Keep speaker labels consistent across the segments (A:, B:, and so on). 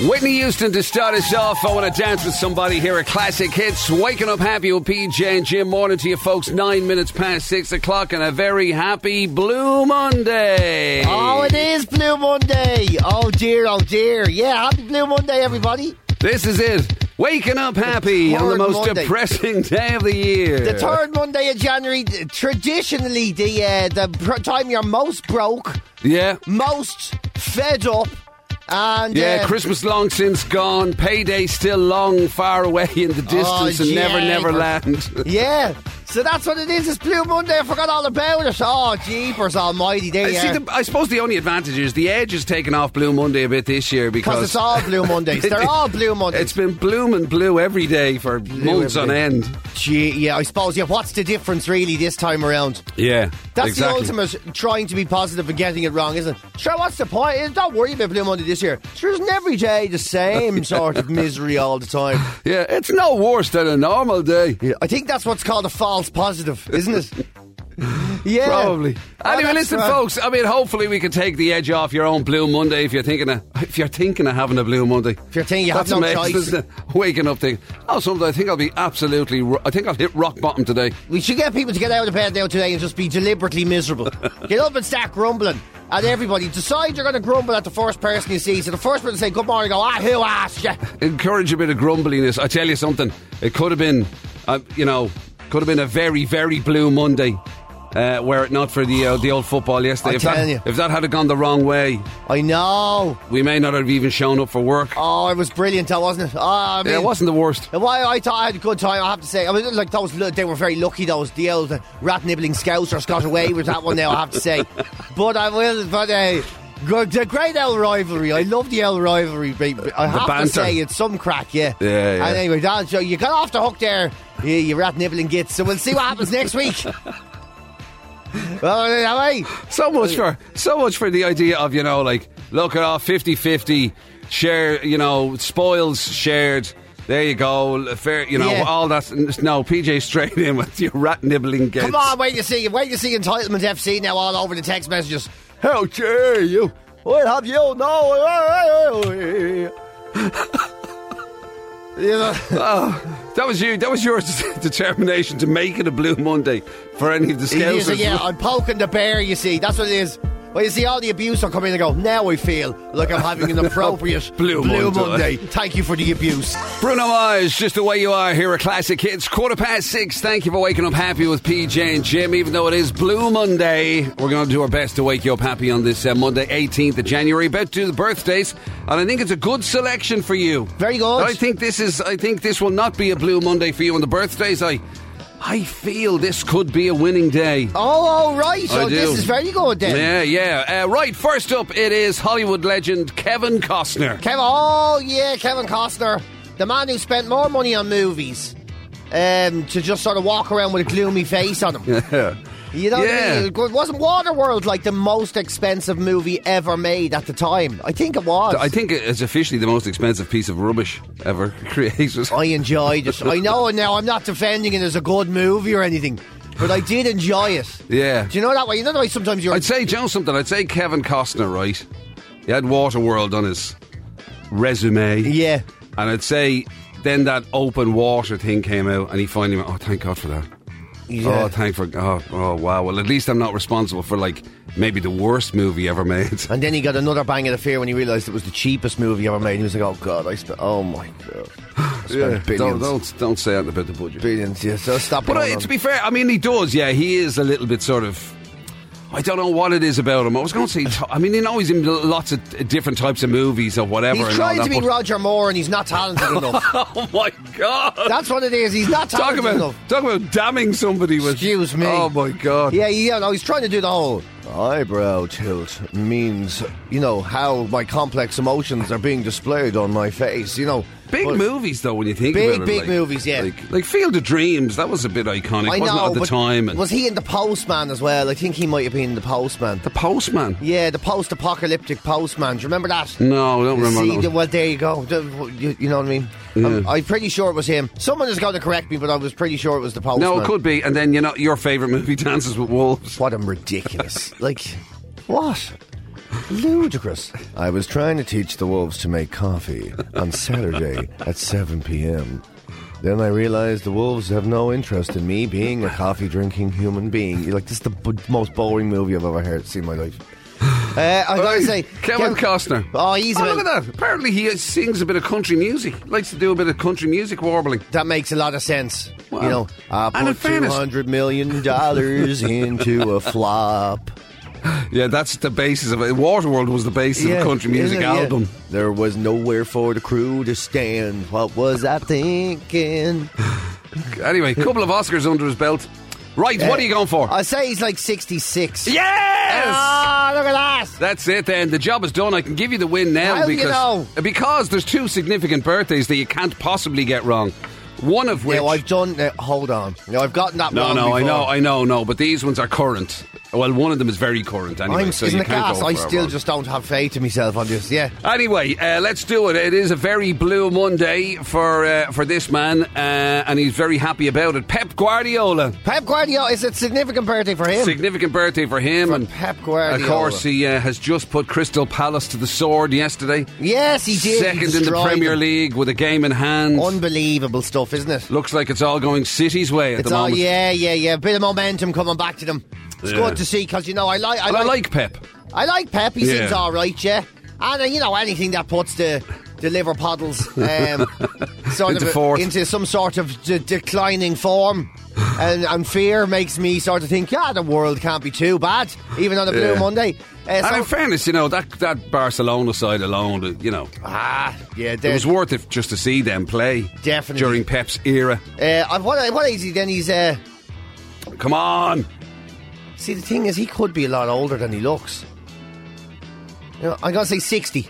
A: Whitney Houston to start us off. I want to dance with somebody here at Classic Hits. Waking up happy with PJ and Jim. Morning to you folks. Nine minutes past six o'clock and a very happy Blue Monday.
B: Oh, it is Blue Monday. Oh dear, oh dear. Yeah, happy Blue Monday, everybody.
A: This is it. Waking up happy on the
B: third
A: most
B: Monday.
A: depressing day of the year.
B: The third Monday of January, th- traditionally the uh, the pr- time you're most broke,
A: Yeah.
B: most fed up, and
A: Yeah,
B: uh,
A: Christmas long since gone. Payday still long, far away in the distance, and never,
B: Oh, yeah.
A: never land.
B: yeah. So that's what it is. It's Blue Monday. I forgot all about it. Oh, jeepers almighty! There
A: I,
B: you
A: see
B: are.
A: the, I suppose the only advantage is the edge has taken off Blue Monday a bit this year
B: Because
A: because
B: it's all Blue Mondays. They're all Blue Mondays.
A: It's been blooming blue every day for months
B: every
A: on
B: day.
A: end.
B: Gee, yeah, I suppose. Yeah, what's the difference really this time around?
A: Yeah,
B: That's
A: exactly.
B: the ultimate trying to be positive and getting it wrong, isn't it? Sure, what's the point? Don't worry about Blue Monday this year. Sure, isn't every day the same sort of misery all the time?
A: Yeah, it's no worse than a normal day.
B: Yeah, I think that's what's called a false positive, isn't it? yeah.
A: Probably.
B: Oh,
A: anyway,
B: that's
A: listen,
B: right.
A: folks. I mean, hopefully we can take the edge off your own Blue Monday if you're thinking of if you're thinking of having a Blue Monday.
B: If you're thinking you have
A: That's
B: no
A: amazing,
B: choice.
A: isn't it? Waking up thinking, oh, sometimes I think I'll be absolutely. Ro- I think I'll hit rock bottom today.
B: We should get people to get out of bed now today and just be deliberately miserable. get up and start grumbling at everybody. Decide you're going to grumble at the first person you see. So the first person to say good morning, go, ah, who asked you?
A: Encourage a bit of grumbliness. I tell you something. It could have been, uh, you know, could have been a very, very Blue Monday. Uh, were it not for the uh, the old football yesterday,
B: I
A: if
B: tell
A: that
B: you.
A: if that had gone the wrong way,
B: I know.
A: we may not have even shown up for work.
B: Oh, it was brilliant, though, wasn't it? Oh, I mean,
A: Yeah, it wasn't the worst.
B: And Why I thought I had a good time, I have to say. I mean, like those, they were very lucky. Those the old rat nibbling scousers got away with that one. Now I have to say, but I will. But uh, good, the great old rivalry. I love the old rivalry. but- but I have
A: banter.
B: to say, it's some crack, yeah.
A: Yeah, yeah.
B: And anyway, that, so you got off the hook there, you, you rat nibbling gits. So we'll see what happens next week. Well, uh, all right.
A: So much for so much for the idea of you know like look it off 50-50 share you know spoils shared. There you go, fair. You know
B: Yeah.
A: all that. No, PJ straight in with your rat nibbling gates.
B: Come on, wait to see. Wait to see entitlement FC now all over the text messages.
A: how dare you?
B: What have you no?
A: That was you. That was your determination to make it a Blue Monday for any of the
B: He's
A: scouts.
B: like, yeah, I'm poking the bear, you see. That's what it is. Well, you see, all the abuse will come in and go, now I feel like I'm having an appropriate
A: Blue Monday.
B: Thank you for the abuse.
A: Bruno Mars, just the way you are here at Classic Hits. Quarter past six. Thank you for waking up happy with PJ and Jim. Even though it is Blue Monday, we're going to do our best to wake you up happy on this uh, Monday, 18th of January. About to do the birthdays, and I think it's a good selection for you.
B: Very good.
A: I think this is. I think this will not be a Blue Monday for you on the birthdays. I, I feel this could be a winning day.
B: Oh, all right. So
A: I do.
B: this is very good then.
A: Yeah, yeah. Uh, right, first up, it is Hollywood legend Kevin Costner.
B: Kevin, oh, yeah, Kevin Costner, the man who spent more money on movies um, to just sort of walk around with a gloomy face on him. You know, what I
A: Yeah.
B: mean? it wasn't Waterworld like the most expensive movie ever made at the time? I think it was.
A: I think it's officially the most expensive piece of rubbish ever created.
B: I enjoyed it. I know now I'm not defending it as a good movie or anything, but I did enjoy it.
A: Yeah.
B: Do you know that way? You know that way sometimes you're.
A: I'd say, do you know something? I'd say Kevin Costner, right? He had Waterworld on his resume.
B: yeah.
A: And I'd say then that open water thing came out and he finally went, oh, thank God for that.
B: yeah.
A: Oh, thank for, oh, oh, wow. Well, at least I'm not responsible for, like, maybe the worst movie ever made.
B: and then he got another bang of the fear when he realised it was the cheapest movie ever made. He was like, oh God, I spent. Oh my God. I spent
A: Don't,
B: billions.
A: don't, don't say that about the budget.
B: Billions, yeah. So stop
A: But
B: it.
A: uh, to be fair, I mean, he does. Yeah, he is a little bit sort of. I don't know what it is about him. I was going to say, t- I mean, you know, he's in lots of uh, different types of movies or whatever.
B: He's
A: and all
B: trying
A: that,
B: to be
A: but-
B: Roger Moore and he's not talented enough.
A: Oh my god!
B: That's what it is. He's not
A: Talk
B: talented
A: about
B: enough.
A: talk about damning somebody with.
B: Excuse me.
A: Oh my god!
B: Yeah, yeah, no, he's trying to do the whole eyebrow tilt means, you know, how my complex emotions are being displayed on my face, you know.
A: Big
B: But-
A: movies, though, when you think
B: Big,
A: about it,
B: big
A: like-
B: movies, yeah.
A: Like, like Field of Dreams, that was a bit iconic,
B: I
A: wasn't
B: know,
A: it, at the
B: but
A: time? And
B: Was he in The Postman as well? I think he might have been in The Postman.
A: the Postman?
B: Yeah, the post apocalyptic Postman. Do you remember that?
A: No, I don't remember.
B: See,
A: that
B: the-
A: one.
B: well, there you go. The- You, you know what I mean? I'm, I'm pretty sure it was him. Someone is going to correct me, but I was pretty sure it was The Postman.
A: no, it could be. And then you know, your favorite movie, Dances with Wolves.
B: What a ridiculous. like, what? ludicrous.
C: I was trying to teach the wolves to make coffee on Saturday at 7 p.m. Then I realized the wolves have no interest in me being a coffee drinking human being. You're like, this is the b- most boring movie I've ever heard, seen in my life.
B: Uh, I gotta say,
A: Kevin
B: Kev-
A: Costner.
B: Oh, he's
A: Oh,
B: about-
A: look at that. Apparently, he sings a bit of country music. Likes to do a bit of country music warbling.
B: That makes a lot of sense.
A: Well,
B: you know, I
A: and in
B: put two
A: fairness-
B: hundred million dollars into a flop.
A: Yeah, that's the basis of it. Waterworld was the basis of
B: Yeah,
A: a country music
B: isn't it? Yeah.
A: album.
C: There was nowhere for the crew to stand.
B: What was I thinking?
A: Anyway, a couple of Oscars under his belt. Right, what are you going for?
B: I say he's like sixty-six.
A: yes!
B: Ah, look at that.
A: That's it then. The job is done. I can give you the win now
B: How do you
A: because
B: know?
A: because there's two significant birthdays that you can't possibly get wrong. One of which
B: Now I've done. Uh, hold on. Now I've gotten that
A: No,
B: wrong
A: no, I
B: before.
A: know, I know, no, but these ones are current. Well, one of them is very current anyway,
B: I'm,
A: so
B: isn't
A: you
B: it
A: can't
B: gas?
A: go
B: I
A: for it
B: still
A: wrong.
B: just don't have faith in myself on this. Yeah.
A: Anyway, uh, let's do it. It is a very blue Monday for uh, for this man, uh, and he's very happy about it. Pep Guardiola,
B: Pep Guardiola is it significant birthday for him?
A: significant birthday for him, and
B: Pep
A: of
B: Guardiola.
A: course he uh, has just put Crystal Palace to the sword yesterday.
B: yes, he did. He
A: Second in the
B: destroyed
A: Premier
B: them.
A: League with a game in hand.
B: Unbelievable stuff, isn't it?
A: Looks like it's all going City's way at
B: It's
A: the
B: all
A: moment.
B: yeah, yeah, yeah. Bit of momentum coming back to them. It's
A: Yeah.
B: good to see because you know I like I
A: But I
B: like,
A: like Pep.
B: I like Pep. He
A: Yeah.
B: seems all right, yeah. And uh, you know anything that puts the the liver puddles um,
A: Into
B: sort of a-
A: fourth.
B: into some sort of de- declining form. And, and fear makes me sort of think, yeah, the world can't be too bad, even on a blue
A: Yeah.
B: Monday. Uh,
A: and
B: so-
A: in fairness, you know that that Barcelona side alone, uh, you know,
B: ah, yeah,
A: it was
B: there's
A: worth it just to see them play.
B: Definitely.
A: during Pep's era.
B: Uh, and what, what is he then? He's uh,
A: Come on,
B: see the thing is he could be a lot older than he looks. You know, I'm gonna say sixty.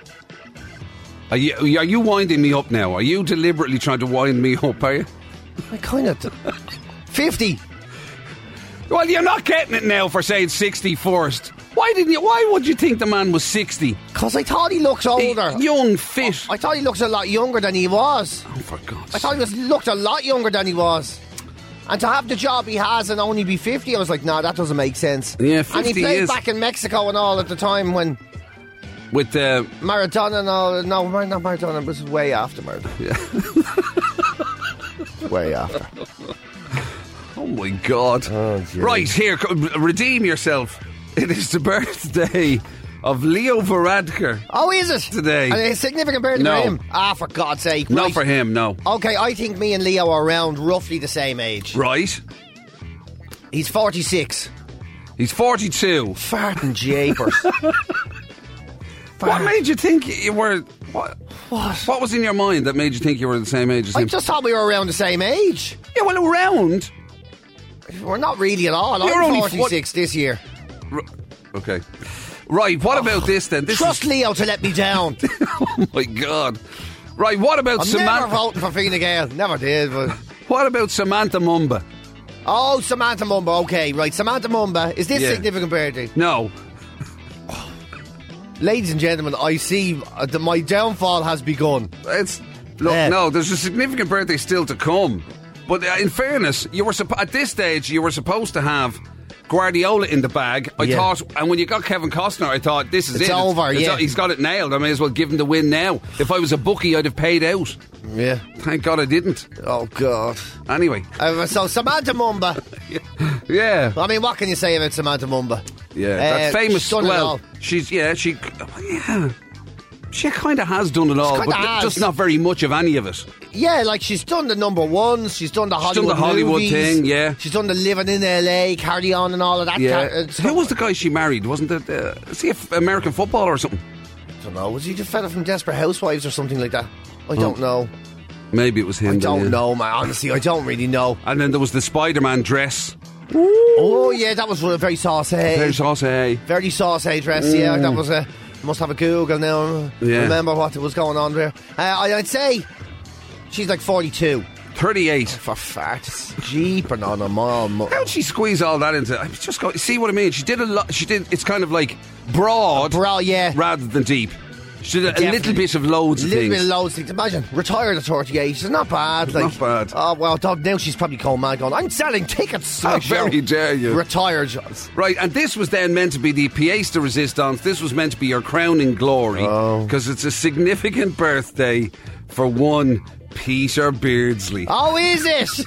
A: are you are you winding me up now? Are you deliberately trying to wind me up? Are you?
B: I kind of fifty.
A: Well, you're not getting it now for saying 60 first. Why didn't you? Why would you think the man was sixty?
B: Because I thought he looks older.
A: young, fit.
B: I thought he looks a lot younger than he was.
A: oh, for God's
B: I thought
A: sake.
B: he was, looked a lot younger than he was. And to have the job he has and only be 50, I was like, no, that doesn't make sense.
A: Yeah,
B: And he
A: 50
B: played
A: is-
B: back in Mexico and all at the time when
A: with uh,
B: Maradona and all. No, Mar- not Maradona, it was way after Maradona. way after.
A: Oh my God!
C: Oh, gee.
A: right here, co- redeem yourself. It is the birthday of Leo Varadkar.
B: Oh, is it?
A: Today.
B: And a significant birthday
A: No.
B: for him. Ah, for God's sake.
A: Not
B: right.
A: for him, no.
B: Okay, I think me and Leo are around roughly the same age.
A: Right?
B: He's 46.
A: He's forty-two.
B: Farting japers.
A: What made you think you were? What, what? What was in your mind that made you think you were the same age as
B: I
A: him?
B: just thought we were around the same age.
A: yeah, well, around.
B: We're not really at all.
A: You're
B: I'm
A: only
B: 46 this year.
A: R- okay. Right. What about this then? This
B: Trust
A: is,
B: Leo to let me down.
A: Oh my God. Right. What about
B: I'm never
A: Samantha?
B: voting for Fina Gael. Never did. But...
A: What about Samantha Mumba?
B: Oh, Samantha Mumba. Okay, right. Samantha Mumba. Is this
A: Yeah.
B: significant birthday?
A: No.
B: Ladies and gentlemen, I see uh, that my downfall has begun.
A: It's look.
B: Yeah.
A: No, there's a significant birthday still to come. But uh, in fairness, you were suppo- at this stage you were supposed to have Guardiola in the bag. I
B: Yeah.
A: thought, and when you got Kevin Costner, I thought this is
B: It's
A: it.
B: over, yeah.
A: o- he's got it nailed. I may as well give him the win now. If I was a bookie, I'd have paid out.
B: Yeah.
A: Thank God I didn't.
B: Oh, God.
A: Anyway,
B: Uh, so, Samantha Mumba.
A: yeah,
B: I mean, what can you say about Samantha Mumba?
A: yeah.
B: Uh,
A: that famous.
B: she's done it
A: Well,
B: all.
A: she's yeah, she yeah, she kind of has done it all,
B: kinda
A: but th-
B: has.
A: just not very much of any of it.
B: Yeah, like she's done the number ones, she's done the Hollywood,
A: done the Hollywood
B: movies,
A: thing, yeah.
B: She's done the living in LA, Carry On, and all of that.
A: Yeah.
B: car- uh, stuff.
A: Who was the guy she married? Wasn't it? Uh, is he a f- American footballer or something?
B: I don't know. Was he the fella from Desperate Housewives or something like that? I don't know.
A: Maybe it was him.
B: I
A: then,
B: don't
A: Oh. yeah.
B: know, man. Honestly, I don't really know.
A: And then there was the Spider-Man dress.
B: Oh yeah, that was a very saucy,
A: Very
B: very,
A: saucy.
B: saucy dress. Yeah, that was a. Must have a Google now.
A: Yeah.
B: Remember what was going on there? Uh, I- I'd say she's like forty-two.
A: Thirty-eight.
B: For farts, jeeping on a mom.
A: How'd she squeeze all that into? I just go, see what I mean. She did a lot. She did. It's kind of like broad
B: Bro, yeah.
A: rather than deep. She She did a little
B: Definitely.
A: bit of loads of
B: little
A: things.
B: bit of loads of things. Imagine retired at 38. She's not bad. Like,
A: Not bad.
B: Oh well, dog, now she's probably cold mad going. I'm selling tickets. to
A: How
B: the show."
A: very dare you.
B: Retired.
A: Right, and this was then meant to be the pièce de résistance. This was meant to be your crowning glory
B: Oh.
A: because it's a significant birthday for one Peter Beardsley.
B: Oh, is it?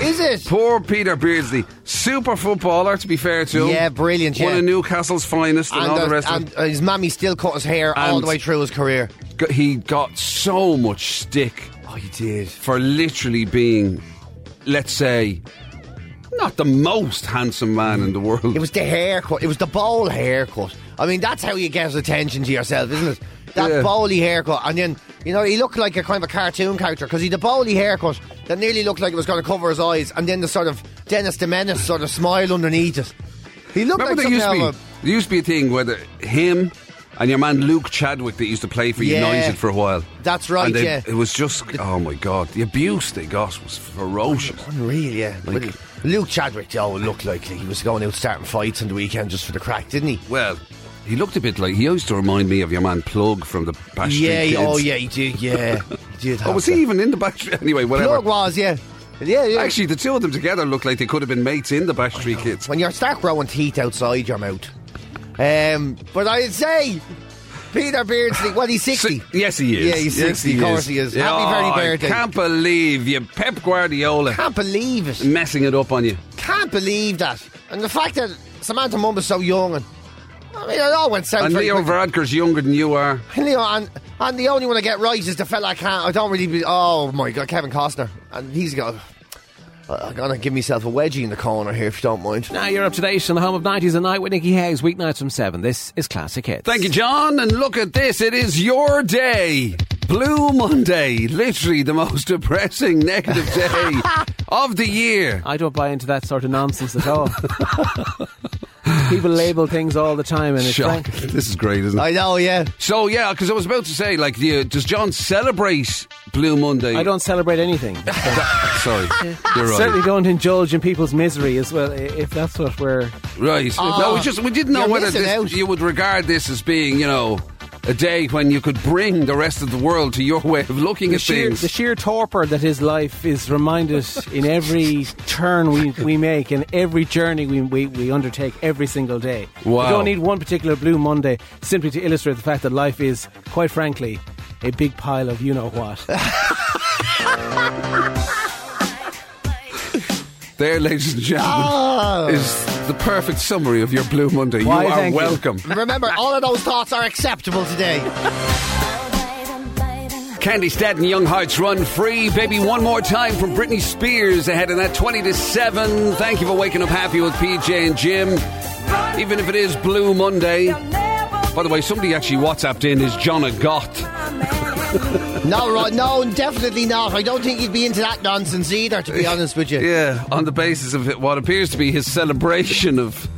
B: is it?
A: Poor Peter Beardsley, super footballer to be fair to him.
B: Yeah, brilliant,
A: One
B: yeah.
A: of Newcastle's finest and, all
B: uh,
A: the rest. of it.
B: and, uh, his mammy still cut his hair all
A: And-
B: the way through his career.
A: Go- he got so much stick. Oh, he did. For literally being, let's say, not the most handsome man in the world.
B: It was the haircut. It was the bowl haircut. I mean, that's how you get attention to yourself, isn't it? That
A: Yeah.
B: bowly haircut, and then you know he looked like a kind of a cartoon character because he had a bowly haircut that nearly looked like it was going to cover his eyes, and then the sort of Dennis the Menace sort of smile underneath it. He looked
A: Remember
B: like
A: there used to
B: something
A: be
B: out of
A: there used to be a thing where the, him and your man Luke Chadwick that used to play for
B: Yeah.
A: United for a while.
B: That's right,
A: And they-
B: yeah.
A: It was just oh my god, the abuse they got was ferocious.
B: a- unreal, yeah. But Luke Chadwick though looked like he was going out starting fights on the weekend just for the crack, didn't he?
A: Well, he looked a bit like he used to remind me of your man Plug from the Bash Street
B: Yeah,
A: Kids.
B: yeah, oh yeah, he did, yeah, he did.
A: Oh, was he even in the Bash Street? Anyway, whatever.
B: Plug was, yeah, yeah, yeah.
A: Actually, the two of them together looked like they could have been mates in the Bash Street Kids.
B: when you start growing teeth outside your mouth. Um, but I'd say Peter Beardsley, well, he's 60.
A: Si- yes, he is.
B: Yeah, he's
A: Yes,
B: 60. of course he is. Happy
A: Oh,
B: very
A: I
B: birthday.
A: can't believe you, Pep Guardiola,
B: Can't believe it.
A: messing it up on you.
B: Can't believe that. And the fact that Samantha Mum was so young and. I mean, it all went south.
A: And
B: very
A: Leo
B: quick.
A: Varadkar's younger than you are.
B: And Leo, and, and the only one I get right is the fella I can't. I don't really. Be, oh my god, Kevin Costner, and he's got. I'm gonna give myself a wedgie in the corner here, if you don't mind.
D: Now you're up to date on the home of 90s and night with Nicky Hayes, weeknights from 7. This is Classic Hits.
A: Thank you, John. And look at this. It is your day. Blue Monday. Literally the most depressing negative day of the year.
D: I don't buy into that sort of nonsense at all. People label things all the time and it's
A: Shock.
D: like,
A: This is great, isn't it?
B: I know, yeah.
A: So, yeah, because I was about to say, like, do you, does John celebrate Blue Monday?
D: I don't celebrate anything.
A: That- sorry. You're right.
D: Certainly don't indulge in people's misery as well, i- if that's what we're.
A: Right.
D: Oh.
A: no, we just we didn't know
B: you're
A: whether
B: missing
A: this,
B: out.
A: you would regard this as being, you know, a day when you could bring the rest of the world to your way of looking
D: The
A: at
D: sheer,
A: things.
D: the sheer torpor that is life is reminded in every turn we, we make and every journey we, we, we undertake every single day.
A: Wow.
D: We don't need one particular Blue Monday simply to illustrate the fact that life is, quite frankly, a big pile of you know what.
A: there, ladies and
D: Oh,
A: gentlemen,
B: Oh,
A: is the perfect summary of your Blue Monday. You
D: Why,
A: are
D: thank you.
A: welcome.
B: Remember, all of those thoughts are acceptable today.
A: Candy Staten, Young Hearts Run Free. Baby, one more time from Britney Spears ahead of that 20 to 7. Thank you for waking up happy with PJ and Jim. Even if it is Blue Monday. By the way, somebody actually WhatsApped in is John Agoth.
B: No, right, no, definitely not. I don't think you'd be into that nonsense either, to be honest with you.
A: Yeah, on the basis of what appears to be his celebration of.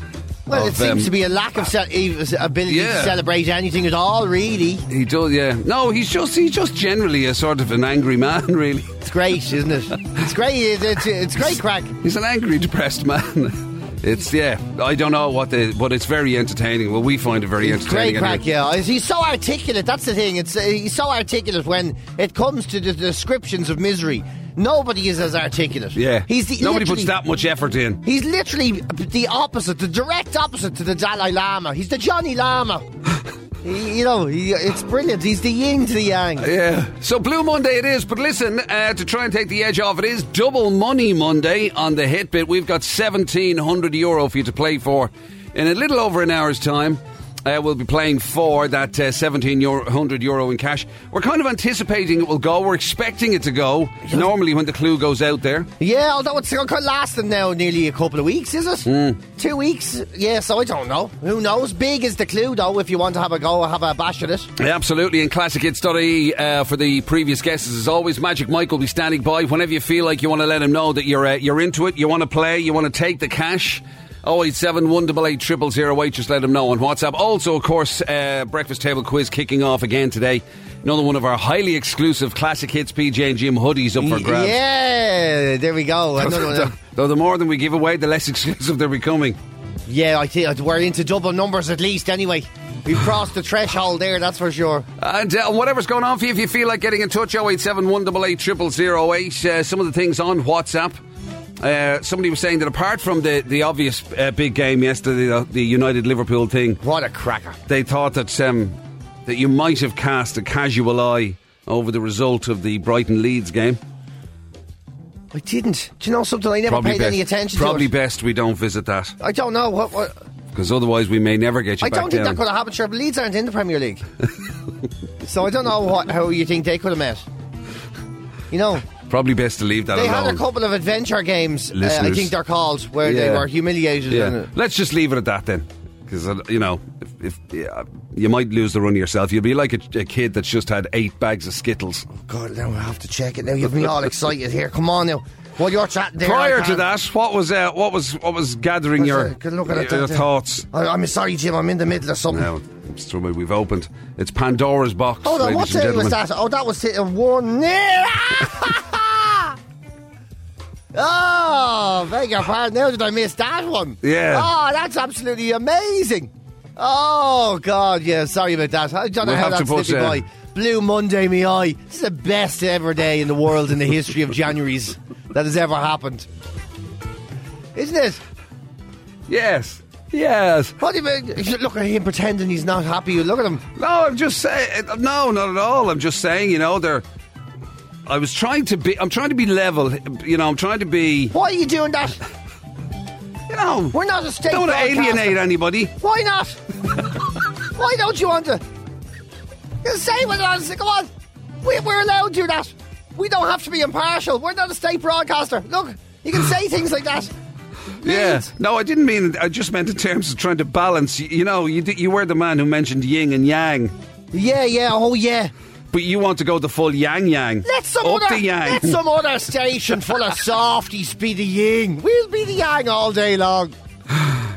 B: well, it
A: of,
B: seems
A: um,
B: to be a lack of ce- e- ability
A: Yeah.
B: to celebrate anything at all, really.
A: He does, yeah. No, he's just he's just generally a sort of an angry man. Really,
B: It's great, isn't it? It's great. It's, it's, it's great crack.
A: he's an angry, depressed man. It's yeah. I don't know what the, but it's very entertaining. Well, we find it very
B: It's
A: entertaining.
B: great crack,
A: anyway.
B: yeah. He's so articulate. That's the thing. It's uh, He's so articulate when it comes to the descriptions of misery. Nobody is as articulate.
A: Yeah.
B: He's the,
A: Nobody
B: literally-
A: puts that much effort in.
B: He's literally the opposite, the direct opposite to the Dalai Lama. He's the Johnny Lama. He- you know, he, it's brilliant. He's the yin to the yang.
A: Yeah. So Blue Monday it is, but listen, uh, to try and take the edge off, it is Double Money Monday on the hit bit. We've got seventeen hundred euro for you to play for in a little over an hour's time. Uh, we'll be playing for that uh, seventeen hundred euro in cash. We're kind of anticipating it will go. We're expecting it to go. Normally, when the clue goes out there,
B: Yeah, although it's going to last them now nearly a couple of weeks, is it?
A: Hmm.
B: Two weeks? Yeah, so I don't know. Who knows? Big is the clue, though, if you want to have a go have a bash at it.
A: Yeah, absolutely. And Classic Hit Study uh, for the previous guesses, as always, Magic Mike will be standing by whenever you feel like you want to let him know that you're uh, you're into it, you want to play, you want to take the cash. 087 188 0008, just let him know on WhatsApp. Also, of course, uh, Breakfast Table Quiz kicking off again today. Another one of our highly exclusive Classic Hits PJ and Jim hoodies up for grabs.
B: Yeah, there we go. Another one.
A: Though, though the more than we give away, the less exclusive they're becoming.
B: uh, Yeah, I think we're into double numbers at least anyway. We've crossed the threshold there, that's for sure.
A: And uh, whatever's going on for you, if you feel like getting in touch, 087 188 uh, Some of the things on WhatsApp. Uh, somebody was saying that apart from the, the obvious uh, big game yesterday, the, the United Liverpool thing,
B: What a cracker.
A: they thought that um, that you might have cast a casual eye over the result of the Brighton Leeds game.
B: I didn't. Do you know something? I never paid any attention
A: probably
B: to. it.
A: best we don't visit that
B: I don't know. What, what,
A: because otherwise we may never get you
B: I
A: back
B: don't think
A: down.
B: that could have happened. Sure, but Leeds aren't in the Premier League. so I don't know what, how you think they could have met. You know,
A: probably best to leave that
B: they
A: alone.
B: had a couple of adventure games, uh, I
A: Listeners.
B: think they're called, where they
A: Yeah.
B: were humiliated.
A: Yeah.
B: And, uh,
A: Let's just leave it at that then. Because, you know, if, if yeah, you might lose the run yourself, you'll be like a, a kid that's just had eight bags of Skittles.
B: God, now I have to check it. Now you've me all excited here. Come on now. While you're chatting there, I
A: Prior to
B: can't-
A: that, what was uh, what was what was gathering
B: Let's,
A: your,
B: uh, good look at it,
A: your
B: uh,
A: thoughts?
B: I, I'm sorry, Jim. I'm in the middle of something.
A: Now, it's the way we've opened. It's Pandora's box.
B: Hold on,
A: ladies
B: what
A: and
B: day was
A: gentlemen.
B: that? Oh, that was it. One nil. oh, beg your pardon. How did I miss that one?
A: Yeah.
B: Oh, that's absolutely amazing. Oh God, yeah. Sorry about that. I don't know
A: We'll
B: how
A: have to
B: that
A: put,
B: slipped me
A: uh,
B: by. Blue Monday, me eye. This is the best ever day in the world in the history of Januaries that has ever happened. Isn't it?
A: Yes. Yes.
B: What do you mean? Look at him pretending he's not happy. Look at him.
A: No, I'm just saying. No, not at all. I'm just saying, you know, they're. I was trying to be. I'm trying to be level. You know, I'm trying to be.
B: Why are you doing that?
A: You know,
B: We're not a state.
A: don't want to
B: broadcaster.
A: alienate anybody.
B: Why not? Why don't you want to? You say what it is. Come on. We, we're allowed to do that. We don't have to be impartial. We're not a state broadcaster. Look, you can say things like that.
A: Yeah.
B: Means-
A: No, I didn't mean. I just meant in terms of trying to balance. You, you know, you di- you were the man who mentioned yin and yang,
B: Yeah, yeah, oh yeah.
A: but you want to go the full yang yang.
B: Let some
A: up
B: other
A: the yang.
B: let some other station full of softies be the yin. We'll be the yang all day long.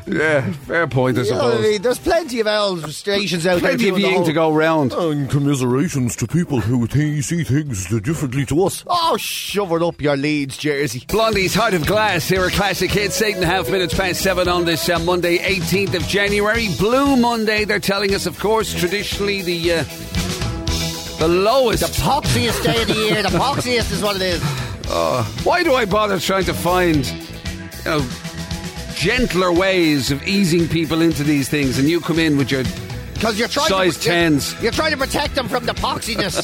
A: yeah. Fair point, I
B: You know what I
A: suppose.
B: mean? There's plenty of old stations out
A: Plenty
B: there.
A: of
B: doing the
A: yin
B: whole-
A: to go round.
C: And commiserations to people who th- see things differently to us.
B: Oh, shove it up your Leeds jersey.
A: Blondie's Heart of Glass here at Classic Hits, eight and a half minutes past seven on this uh, Monday, 18th of January. Blue Monday, they're telling us, of course, traditionally the uh, the lowest.
B: The poxiest day of the year. The poxiest is what it is.
A: Why do I bother trying to find, you know, gentler ways of easing people into these things? And you come in with your
B: Because you're trying
A: Size
B: to, you're-
A: 10s.
B: You're, trying to protect them from the poxiness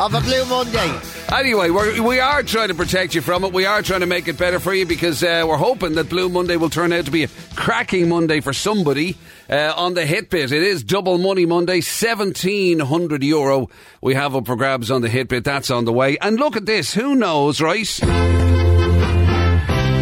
B: of a Blue Monday.
A: Anyway, we're, we are trying to protect you from it. We are trying to make it better for you because uh, we're hoping that Blue Monday will turn out to be a cracking Monday for somebody uh, on the hit bit. It is Double Money Monday, seventeen hundred euro we have up for grabs on the hit bit. That's on the way. And look at this. Who knows, right?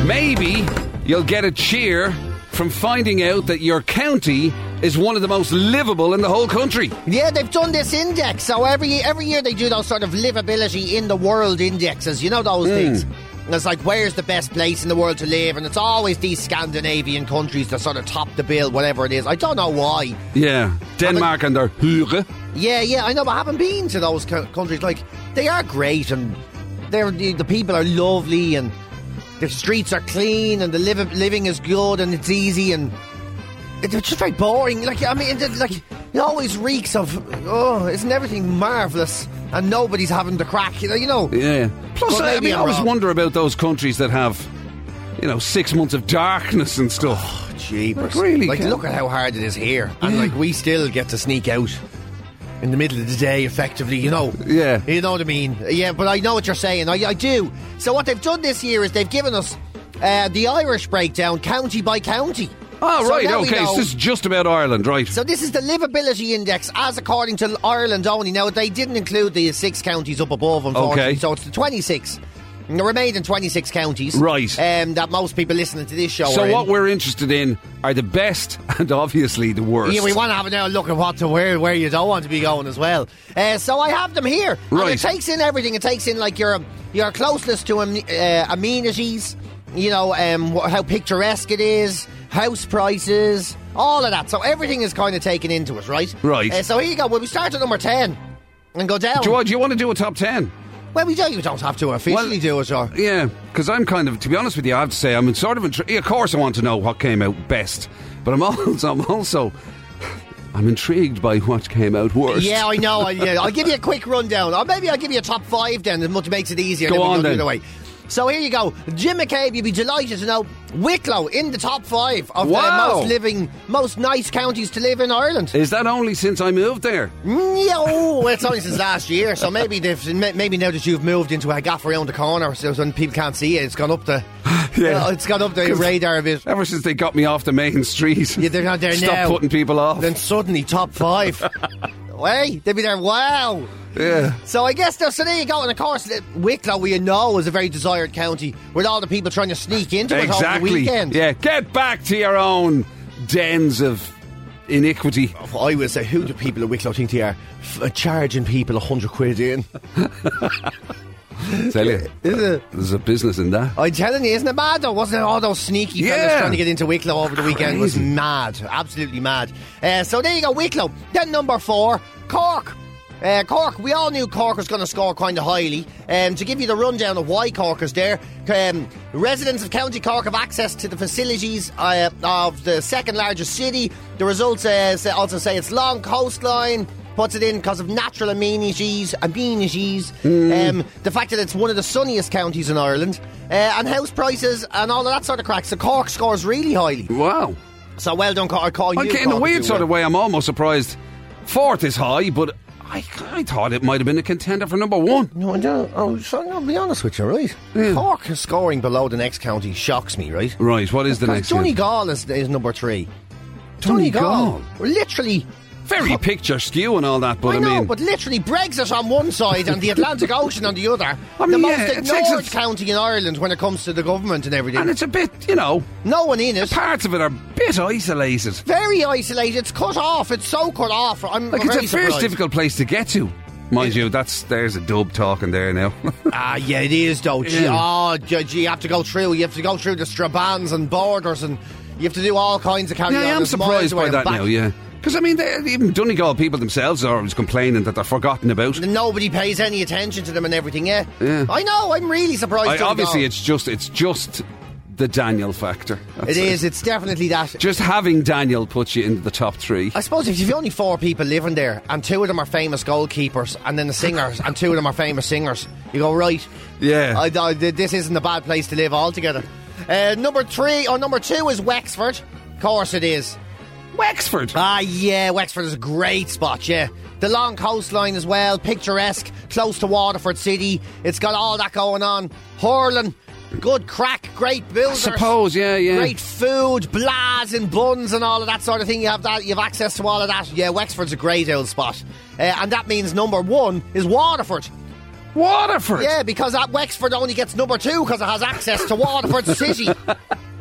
A: Maybe you'll get a cheer from finding out that your county is one of the most livable in the whole country.
B: Yeah, they've done this index. So every every year they do those sort of livability in the world indexes. You know those things. And it's like where's the best place in the world to live, and it's always these Scandinavian countries that sort of top the bill, whatever it is. I don't know why.
A: Yeah, Denmark and their Hure.
B: Yeah, yeah, I know, but I haven't been to those co- countries. Like, they are great, and they're the, the people are lovely, and the streets are clean, and the liv- living is good, and it's easy, and it- it's just very boring. Like, I mean, it, like it always reeks of oh, isn't everything marvelous, and nobody's having the crack, you know? You know?
A: Yeah. Plus,
B: But
A: I, I
B: maybe
A: mean, I
B: I'm
A: always
B: wrong.
A: wonder about those countries that have, you know, six months of darkness and stuff. Like,
B: Jeepers.
A: really,
B: Like,
A: Ken?
B: look at how hard it is here. And, like, we still get to sneak out in the middle of the day, effectively, you know?
A: Yeah.
B: You know what I mean? Yeah, but I know what you're saying. I, I do. So, what they've done this year is they've given us uh, the Irish breakdown county by county.
A: Oh,
B: So
A: right.
B: now we
A: Okay.
B: know-
A: So this is just about Ireland, right?
B: so this is the livability index as according to Ireland only. Now they didn't include the six counties up above, unfortunately.
A: Okay.
B: So it's the twenty six. The remaining twenty six counties.
A: Right.
B: Um, that most people listening to this show
A: So
B: are in.
A: what we're interested in are the best and obviously the worst.
B: Yeah, we want to have a look at what to where where you don't want to be going as well. Uh, so I have them here. And
A: Right.
B: it takes in everything. It takes in like your your closeness to am- uh, amenities. You know um, wh- how picturesque it is, house prices, all of that. So everything is kind of taken into it, right?
A: Right.
B: Uh, so here you go. Well, we start at number ten and go down.
A: Do you, do you want to do a top ten?
B: well, we don't. You don't have to officially do it, sure.
A: Yeah, because I'm kind of, to be honest with you, I have to say I'm sort of. Intri- yeah, of course, I want to know what came out best, but I'm also, I'm also, I'm intrigued by what came out worst.
B: Yeah, I know. I, yeah, I'll give you a quick rundown. Or maybe I'll give you a top five then, as much makes it easier.
A: Go
B: then we
A: on
B: the
A: then.
B: other way. So here you go. Jim McCabe, you'd be delighted to know Wicklow in the top five of
A: Wow.
B: the most living, most nice counties to live in Ireland.
A: Is that only since I moved there?
B: Mm, yeah, oh, well, it's only since last year, so maybe they've, ma- maybe now that you've moved into a gaff around the corner, so when people can't see it, it's gone up the
A: Yeah.
B: uh, it's gone up the radar a bit.
A: Ever since they got me off the main street.
B: Yeah, they're not there
A: Stop
B: now.
A: putting people off.
B: Then suddenly top five. Wait, they'd be there. Wow.
A: yeah.
B: So I guess there's, so there you go. And of course, li- Wicklow, we know, is a very desired county with all the people trying to sneak into it over the
A: Exactly.
B: weekend.
A: Yeah. Get back to your own dens of iniquity.
C: Oh, I would say, who do people in Wicklow think they are? F- uh, charging people a hundred quid in.
A: Tell you, there's a business in that.
B: I'm telling you, isn't it mad though? Wasn't it all those sneaky fellas
A: Yeah.
B: trying to get into Wicklow over the weekend? It was
A: Crazy.
B: mad, absolutely mad. Uh, so there you go, Wicklow. Then number four, Cork. Uh, Cork, we all knew Cork was going to score kind of highly. Um, to give you the rundown of why Cork is there, um, residents of County Cork have access to the facilities uh, of the second largest city. The results uh, say- also say its long coastline, puts it in because of natural amenities, amenities, um, the fact that it's one of the sunniest counties in Ireland, uh, and house prices and all of that sort of crack. So Cork scores really highly.
A: Wow.
B: So well done, Cork. I call you.
A: Like, in a
B: Cork,
A: weird
B: if you
A: sort of
B: will.
A: way, I'm almost surprised. Fourth is high, but I, I thought it might have been a contender for number one.
C: No, I don't. Oh, so I'll be honest with you, right?
B: Cork scoring below the next county shocks me, right?
A: Right, what is the next one?
B: Donegal is, is number three.
A: Donegal.
B: Literally.
A: Very picture skew and all that, but I,
B: I, know,
A: mean,
B: but literally Brexit on one side and the Atlantic Ocean on the other.
A: I mean,
B: the
A: yeah,
B: most
A: it takes
B: ignored
A: a-
B: county in Ireland when it comes to the government and everything.
A: and it's a bit, you know,
B: no one in it.
A: parts of it are a bit isolated.
B: very isolated. It's cut off. It's so cut off. I'm
A: Like,
B: very
A: it's a
B: surprised.
A: first difficult place to get to. Mind you, that's there's a dub talking there now.
B: Ah, yeah, it is though. Gee,
A: Yeah.
B: oh, gee, gee, you have to go through. You have to go through the Strabans and borders, and you have to do all kinds of carry
A: yeah, I
B: on.
A: am
B: It's miles
A: surprised
B: away
A: by
B: and
A: that
B: back.
A: now, yeah. Because, I mean, they, even Donegal people themselves are always complaining that they're forgotten about.
B: Nobody pays any attention to them and everything. Yeah,
A: Yeah.
B: I know. I'm really surprised.
A: I,
B: Donegal.
A: obviously, it's just it's just the Daniel factor.
B: it
A: That's
B: is. It's definitely that.
A: Just having Daniel puts you into the top three.
B: I suppose if you've only four people living there, and two of them are famous goalkeepers, and then the singers, and two of them are famous singers, you go right.
A: Yeah.
B: I, I- th- this isn't a bad place to live altogether. Uh, number three or number two is Wexford. Of course it is.
A: Wexford.
B: Ah, yeah, Wexford is a great spot, yeah. The long coastline as well, picturesque, close to Waterford City. It's got all that going on. Hurling, good crack, great builders.
A: suppose, yeah, yeah.
B: Great food, blahs and buns and all of that sort of thing. You have that, you have access to all of that. Yeah, Wexford's a great old spot. Uh, and that means number one is Waterford.
A: Waterford.
B: Yeah, because that Wexford only gets number two because it has access to Waterford City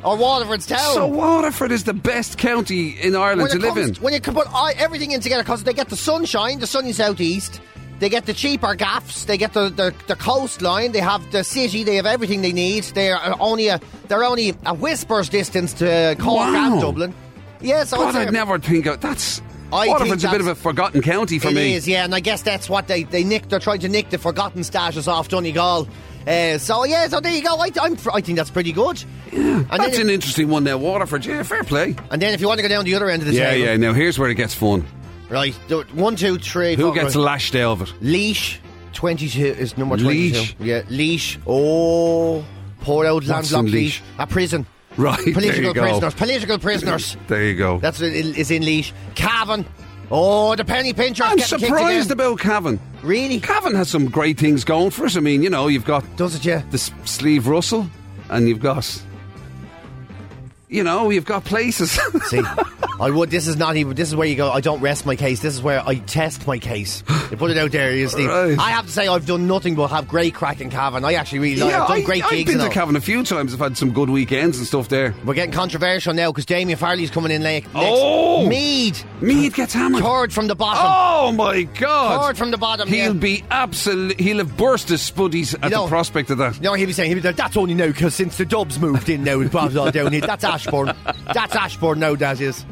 B: or Waterford's town.
A: So Waterford is the best county in Ireland to
B: it
A: live
B: comes-
A: in.
B: When you can put all- everything in together, because they get the sunshine, the sunny southeast, they get the cheaper gaffs, they get the, the, the coastline, they have the city, they have everything they need. They are uh, only a they're only a whisper's distance to uh, Cork
A: Wow.
B: and Dublin. Yeah, so
A: God,
B: it's
A: I'd
B: there.
A: never think of that's.
B: I think
A: Waterford's a bit of a
B: that's-
A: forgotten county for
B: It
A: me.
B: is, yeah, and I guess that's what they they nicked. They're trying to nick the forgotten stashes off Donegal. Uh, so yeah, so there you go. I, I'm, I think that's pretty good. and, then
A: That's
B: if,
A: an interesting one there, Waterford. Yeah, fair play.
B: and then if you want to go down the other end of the
A: Yeah,
B: table,
A: yeah. Now here's where it gets fun.
B: right? do- One, two, three.
A: Who
B: four,
A: gets
B: Oh, right.
A: lashed out of it?
B: Leash, 22 is number 22.
A: Leash.
B: Yeah, Leash. Oh, poor old
A: What's
B: landlocked
A: in Leash?
B: Leash. A prison.
A: Right, there you
B: Political
A: go.
B: prisoners. Political prisoners.
A: There you go.
B: That's what it is in Leash. Cavan. Oh, the penny pincher.
A: I'm surprised about Cavan.
B: Really?
A: Cavan has some great things going for us. I mean, you know, you've got
B: Does it, yeah?
A: the S- Sleeve Russell, and you've got, you know, you've got places.
B: See, I would. This is not even. This is where you go. I don't rest my case. This is where I test my case. They put it out there, you see.
A: Right.
B: I have to say, I've done nothing but have great crack in Cavan. I actually really like. I've done great
A: I,
B: gigs.
A: have been
B: and
A: to
B: all.
A: Cavan a few times. I've had some good weekends and stuff there.
B: We're getting controversial now because Damien Farley's coming in late. Next.
A: Oh!
B: Mead.
A: Mead gets hammered.
B: Third from the bottom.
A: Oh my God!
B: Third from the bottom.
A: He'll
B: yeah.
A: be absolute. He'll have burst his spuddies at
B: know-
A: the prospect of that.
B: No, he'll be saying, he'll be like, that's only now because since the Dubs moved in now, it's all down here. That's Ashbourne. That's Ashbourne now, that is.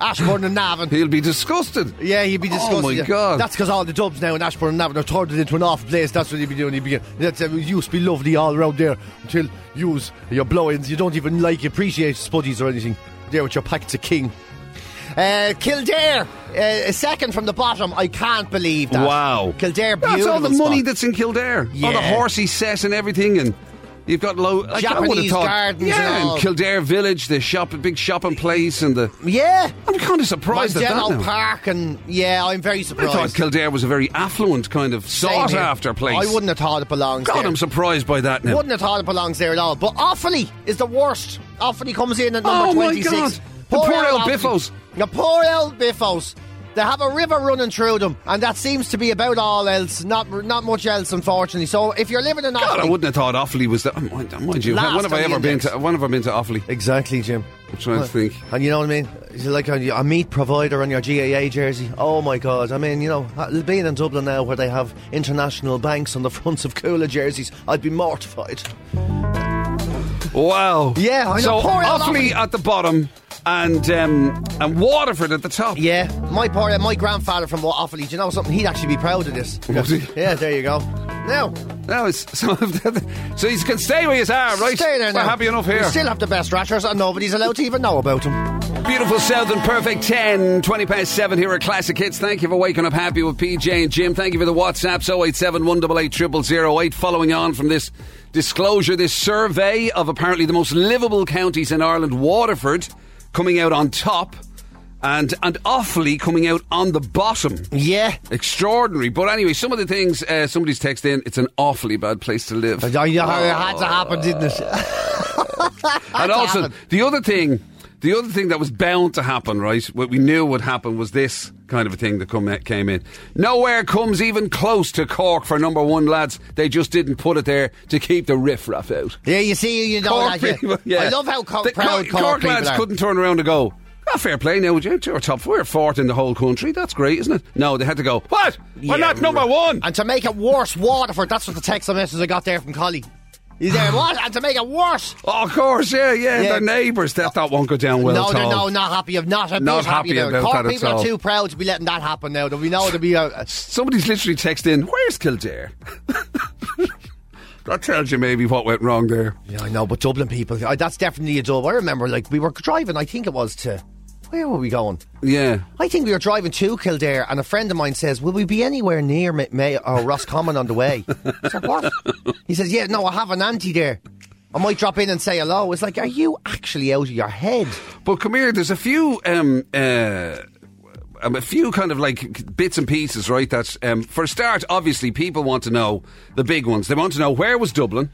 B: Ashbourne and Navan.
A: He'll be disgusted.
B: Yeah, he'd be disgusted.
A: Oh my
B: yeah.
A: God.
B: That's because all the Dubs now in Ashbourne and Navan are turned it into an off place. That's what he'd be doing. He'd be, that's, uh, it used to be lovely all around there until yous, your blow ins, you don't even like, appreciate Spuddies or anything. There with your packets of king. Uh, Kildare, uh, second from the bottom. I can't believe that.
A: Wow.
B: Kildare,
A: That's all the
B: beautiful
A: money
B: spot.
A: that's in Kildare. All the
B: Yeah.
A: horsey set and everything and you've got low like, I would have
B: Japanese
A: thought
B: gardens
A: Yeah,
B: and all.
A: Kildare village, the shop the big shopping place and the
B: Yeah.
A: I'm kind of surprised at that
B: Mondello
A: now.
B: Park and yeah, I'm very
A: I thought
B: surprised.
A: Kildare was a very affluent kind of
B: Same
A: sought
B: here.
A: after place.
B: I wouldn't have thought it belongs
A: God,
B: there.
A: I'm surprised by that now.
B: Wouldn't have thought it belongs there at all. But Offaly is the worst. Offaly comes in at number
A: Oh, my
B: 26.
A: God. The poor old
B: Offaly.
A: biffos.
B: The poor old biffos. They have a river running through them, and that seems to be about all else. Not not much else, unfortunately. So if you're living in
A: God, I
B: Offaly,
A: wouldn't have thought Offaly was that. Mind, oh, mind you,
B: Last
A: when have I
B: on the
A: ever been
B: index.
A: to? When have I been to Offaly?
C: Exactly, Jim.
A: I'm trying to think.
C: And you know what I mean? It's like a, a meat provider on your GAA jersey. Oh my God! I mean, you
B: uh,
C: know, being in Dublin now, where they have international banks on the fronts of cooler jerseys, I'd be mortified.
A: Wow.
B: Yeah, I know.
A: So
B: Poor old
A: Offaly
B: Offaly.
A: at the bottom and um, and Waterford at the top.
B: yeah, my poor, my grandfather from Offaly. Do you know something? He'd actually be proud of this.
A: Was he?
B: Yeah, there you go. Now,
A: No, it's, so so he can stay where he's at, right?
B: stay there
A: We're
B: now.
A: happy enough here.
B: We still have the best rashers, and nobody's allowed to even know about them.
A: Beautiful South and Perfect 10, 20 past 7 here at Classic Hits. Thank you for waking up happy with PJ and Jim. Thank you for the WhatsApps 087 188 0008. Following on from this disclosure, this survey of apparently the most livable counties in Ireland, Waterford coming out on top and, and Offaly coming out on the bottom.
B: Yeah,
A: Extraordinary. But anyway, some of the things uh, somebody's texted in, it's an awfully bad place to live.
B: I know how it
A: Oh.
B: had to happen, didn't it?
A: and also
B: happen.
A: the other thing the other thing that was bound to happen right what we knew would happen was this kind of a thing that come, came in nowhere comes even close to cork for number one lads they just didn't put it there to keep the riffraff out
B: Yeah, you see, you know
A: Cork
B: that. yeah.
A: people- yeah.
B: Oh, I love how co-
A: The
B: proud Cork, people
A: lads
B: are.
A: couldn't turn around and go "Ah, fair play now, would you? You're top four, you're fourth in the whole country. That's great, isn't it? No, they had to go, What? We're
B: Yeah,
A: not number one.
B: And to make it worse, Waterford. That's what the text message I got there from Collie. Is there what? And to make it worse,
A: Oh, of course, yeah, yeah.
B: Yeah.
A: Their neighbours, that, that won't go down well
B: no,
A: at
B: they're
A: all.
B: no, not happy. Of not a bit
A: Not happy
B: happy about. it.
A: about
B: Cork
A: that at
B: people
A: all.
B: are too proud to be letting that happen now. That we know to be a, a
A: Somebody's literally texted in, Where's Kildare? that tells you maybe what went wrong there.
B: Yeah, I know, but Dublin people, uh, that's definitely a dub. I remember, like, we were driving, I think it was to. Where were we going?
A: Yeah.
B: I think we were driving to Kildare, and a friend of mine says, Will we be anywhere near May, May or Roscommon on the way? I said, What? He says, Yeah, no, I have an auntie there. I might drop in and say hello. It's like, Are you actually out of your head?
A: But come here, there's a few. Um, uh, um, a few kind of like bits and pieces, right? That's um, for a start. Obviously, people want to know the big ones. They want to know where was Dublin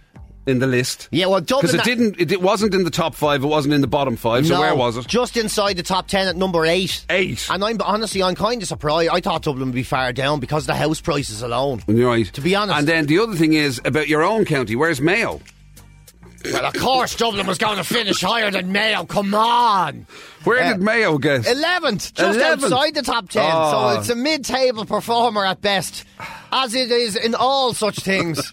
A: in the list?
B: Yeah, well,
A: because
B: Dublin- uh,
A: it didn't. It, it wasn't in the top five. It wasn't in the bottom five. So
B: No,
A: where was it?
B: Just inside the top 10 at number 8.
A: Eight.
B: And I'm honestly, I'm kind of surprised. I thought Dublin would be far down because of the house prices alone.
A: You're right.
B: To be honest.
A: And then the other thing is about your own county. Where's Mayo?
B: Well, of course, Dublin was going to finish higher than Mayo. Come on.
A: Where
B: Uh,
A: did Mayo get?
B: Eleventh, just
A: 11th.
B: outside the top ten.
A: Oh.
B: So it's a mid-table performer at best, as it is in all such things.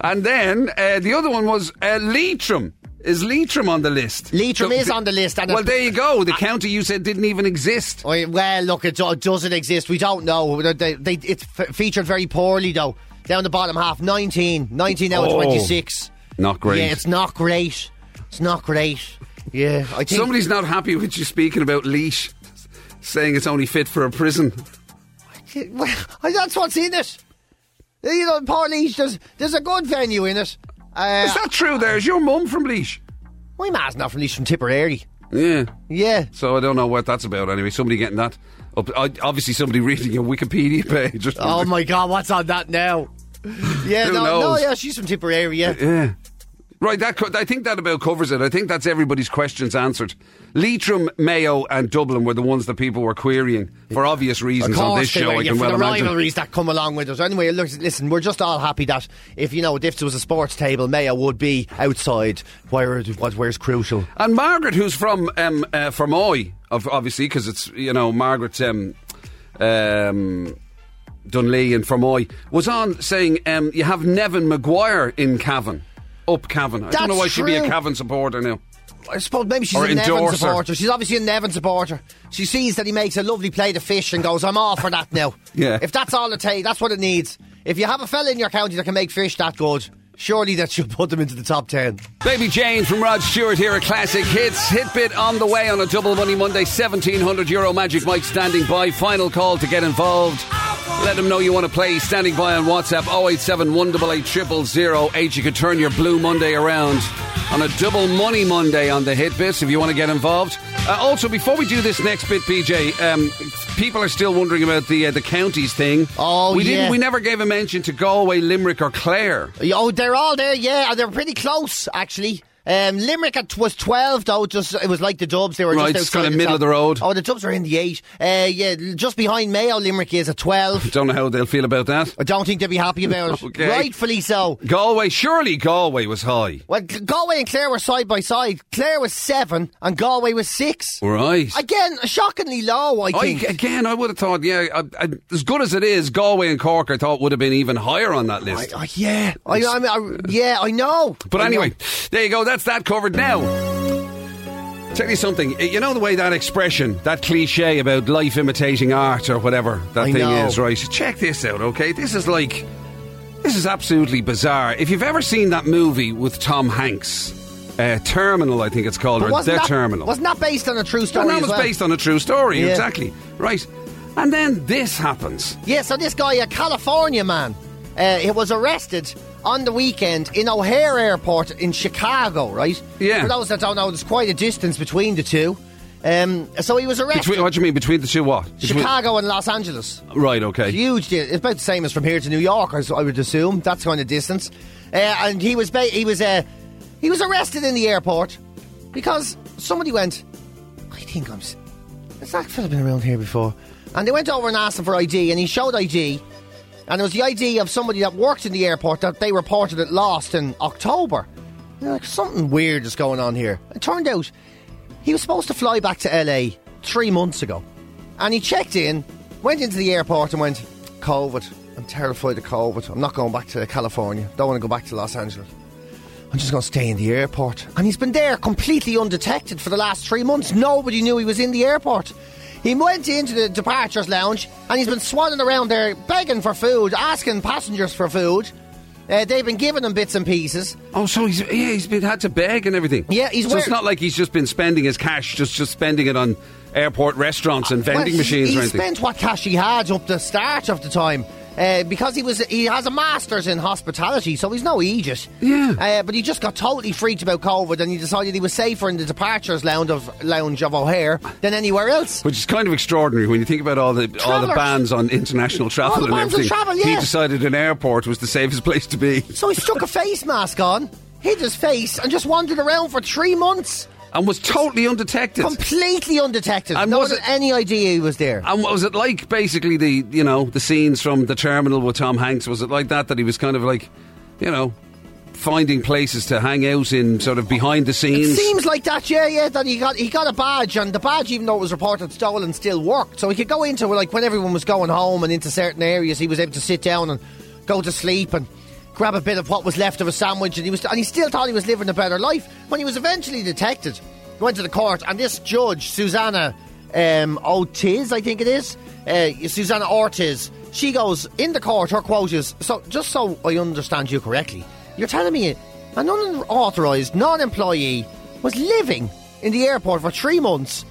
A: And then uh, the other one was uh, Leitrim. Is Leitrim on the list?
B: Leitrim
A: The-
B: is on the list, and
A: well,
B: it-
A: there you go. The county you said didn't even exist.
B: Oh, yeah, well, look, it, do- it doesn't exist. We don't know. They, they, it f- featured very poorly though. Down the bottom half, 19. 19 out of
A: Oh.
B: 26.
A: Not great.
B: Yeah, it's not great. It's not great. Yeah, I think.
A: Somebody's not happy with you speaking about leash, saying it's only fit for a prison.
B: Well, that's what's in it. You know, Paul Leash, there's, there's a good venue in it. Uh,
A: Is that true? There is your mum from Leash.
B: my ma's not from Leash, from Tipperary.
A: Yeah.
B: Yeah.
A: So I don't know what that's about. Anyway, somebody getting that. Up, I- obviously, somebody reading your Wikipedia page. Or
B: Oh
A: something.
B: my God, what's on that now? Yeah,
A: Who
B: no, no,
A: knows?
B: yeah, she's from Tipperary. Yeah,
A: Yeah. Right, that co- I think that about covers it. I think that's everybody's questions answered. Leitrim, Mayo, and Dublin were the ones that people were querying for obvious reasons on this
B: they
A: show.
B: were,
A: I
B: yeah,
A: can
B: for
A: well
B: the
A: imagine.
B: rivalries that come along with us. Anyway, look, listen, we're just all happy that if you know if there was a sports table, Mayo would be outside. Where it- what where's crucial?
A: And Margaret, who's from um, uh, Fermoy, of obviously, because it's you know Margaret um, um, Dunley and Fermoy was on saying um, you have Nevin Maguire in Cavan, up Cavan. I don't know
B: That's
A: why she'd be a
B: true.
A: Cavan supporter now.
B: I suppose maybe she's
A: Or
B: a Nevin
A: endorser.
B: supporter. She's obviously a Nevin supporter. She sees that he makes a lovely play to fish and goes, "I'm all for that now."
A: Yeah.
B: If that's all it takes, that's what it needs. If you have a fella in your county that can make fish that good, Surely that should put them into the top 10.
A: Baby Jane from Rod Stewart here at Classic Hits. Hit bit on the way on a double money Monday. 1700 euro Magic Mike standing by. Final call to get involved. Let them know you want to play. Standing by on WhatsApp 087 188 0008. You could turn your Blue Monday around on a double money Monday on the hit bits if you want to get involved. Uh, also, before we do this next bit, PJ, um, people are still wondering about the uh, the counties thing.
B: Oh,
A: we
B: yeah.
A: didn't. We never gave a mention to Galway, Limerick, or Clare.
B: Oh, they're all there, yeah, and they're pretty close, actually. Um, Limerick at- was 12, though, just it was like the Dubs. They were
A: Right, just
B: just
A: kinda
B: outside
A: middle of the
B: top.
A: road.
B: Oh, the Dubs are in the 8. Uh, yeah, just behind Mayo, Limerick is at 12.
A: Don't know how they'll feel about that.
B: I don't think they'll be happy about it.
A: Okay.
B: Rightfully so.
A: Galway, surely Galway was high.
B: Well, G- Galway and Clare were side by side. Clare was 7 and Galway was 6.
A: Right.
B: Again, shockingly low, I
A: I,
B: think.
A: again, I would have thought, yeah, I, I, as good as it is, Galway and Cork, I thought would have been even higher on that list.
B: Oh, yeah. I, I, I, yeah, I know.
A: but
B: I know.
A: anyway, there you go. That's that covered now. Tell you something. You know the way that expression, that cliche about life imitating art or whatever that
B: I
A: thing
B: know.
A: is, right? Check this out, okay? This is like, this is absolutely bizarre. If you've ever seen that movie with Tom Hanks, uh, Terminal, I think it's called,
B: But
A: or
B: wasn't
A: The
B: that,
A: Terminal.
B: Wasn't that based on a true story?
A: And that
B: as
A: was
B: well?
A: based on a true story,
B: Yeah.
A: exactly. Right. And then this happens.
B: Yeah, so this guy, a California man, uh, he was arrested on the weekend in O'Hare Airport in Chicago, right?
A: Yeah.
B: For those that don't know, there's quite a distance between the two. Um, so he was arrested.
A: Between, what do you mean between the two? What? Between-
B: Chicago and Los Angeles.
A: right. Okay.
B: Huge deal. It's about the same as from here to New York, I s- I would assume. That's kind of distance. Uh, and he was ba- he was uh, he was arrested in the airport because somebody went. I think I'm. s- Has that fella been around here before? And they went over and asked him for ID, and he showed ID, and it was the ID of somebody that worked in the airport that they reported it lost in October. And they're like something weird is going on here. It turned out he was supposed to fly back to LA three months ago. And he checked in, went into the airport, and went, COVID. I'm terrified of COVID. I'm not going back to California. Don't want to go back to Los Angeles. I'm just going to stay in the airport. And he's been there completely undetected for the last three months. Nobody knew he was in the airport. He went into the departures lounge and he's been swanning around there begging for food, asking passengers for food. Uh, they've been giving him bits and pieces.
A: Oh, so he's yeah he's been had to beg and everything.
B: Yeah, he's
A: So it's
B: wear-
A: not like he's just been spending his cash, just just spending it on airport restaurants and vending
B: Uh, Well,
A: machines
B: He,
A: or
B: he
A: anything.
B: spent what cash he had up the start of the time. Uh, because he was, he has a master's in hospitality, so he's no idiot.
A: Yeah.
B: Uh, but he just got totally freaked about COVID, and he decided he was safer in the departures lounge of lounge of O'Hare than anywhere else.
A: which is kind of extraordinary when you think about all the all the
B: Travellers.
A: bans on international travel
B: the
A: and
B: bans on
A: everything.
B: travel,
A: He
B: yeah.
A: decided an airport was the safest place to be,
B: So he stuck a face mask on, hid his face, and just wandered around for three months,
A: and was totally undetected.
B: completely undetected.
A: And
B: no
A: was
B: one
A: it-
B: had any idea he was there.
A: and what was it like? Basically, the you know the scenes from the terminal with Tom Hanks. Was it like that? That he was kind of like, you know, finding places to hang out in, sort of behind the scenes.
B: Seems like that, yeah, yeah. That he got he got a badge, and the badge, even though it was reported stolen, still worked. So he could go into like when everyone was going home and into certain areas, he was able to sit down and go to sleep and grab a bit of what was left of a sandwich, and he was and he still thought he was living a better life. When he was eventually detected, he went to the court, and this judge, Susanna um, Ortiz, I think it is, uh, Susanna Ortiz, she goes in the court. Her quote is so. Just so I understand you correctly, you're telling me an unauthorised non-employee was living in the airport for three months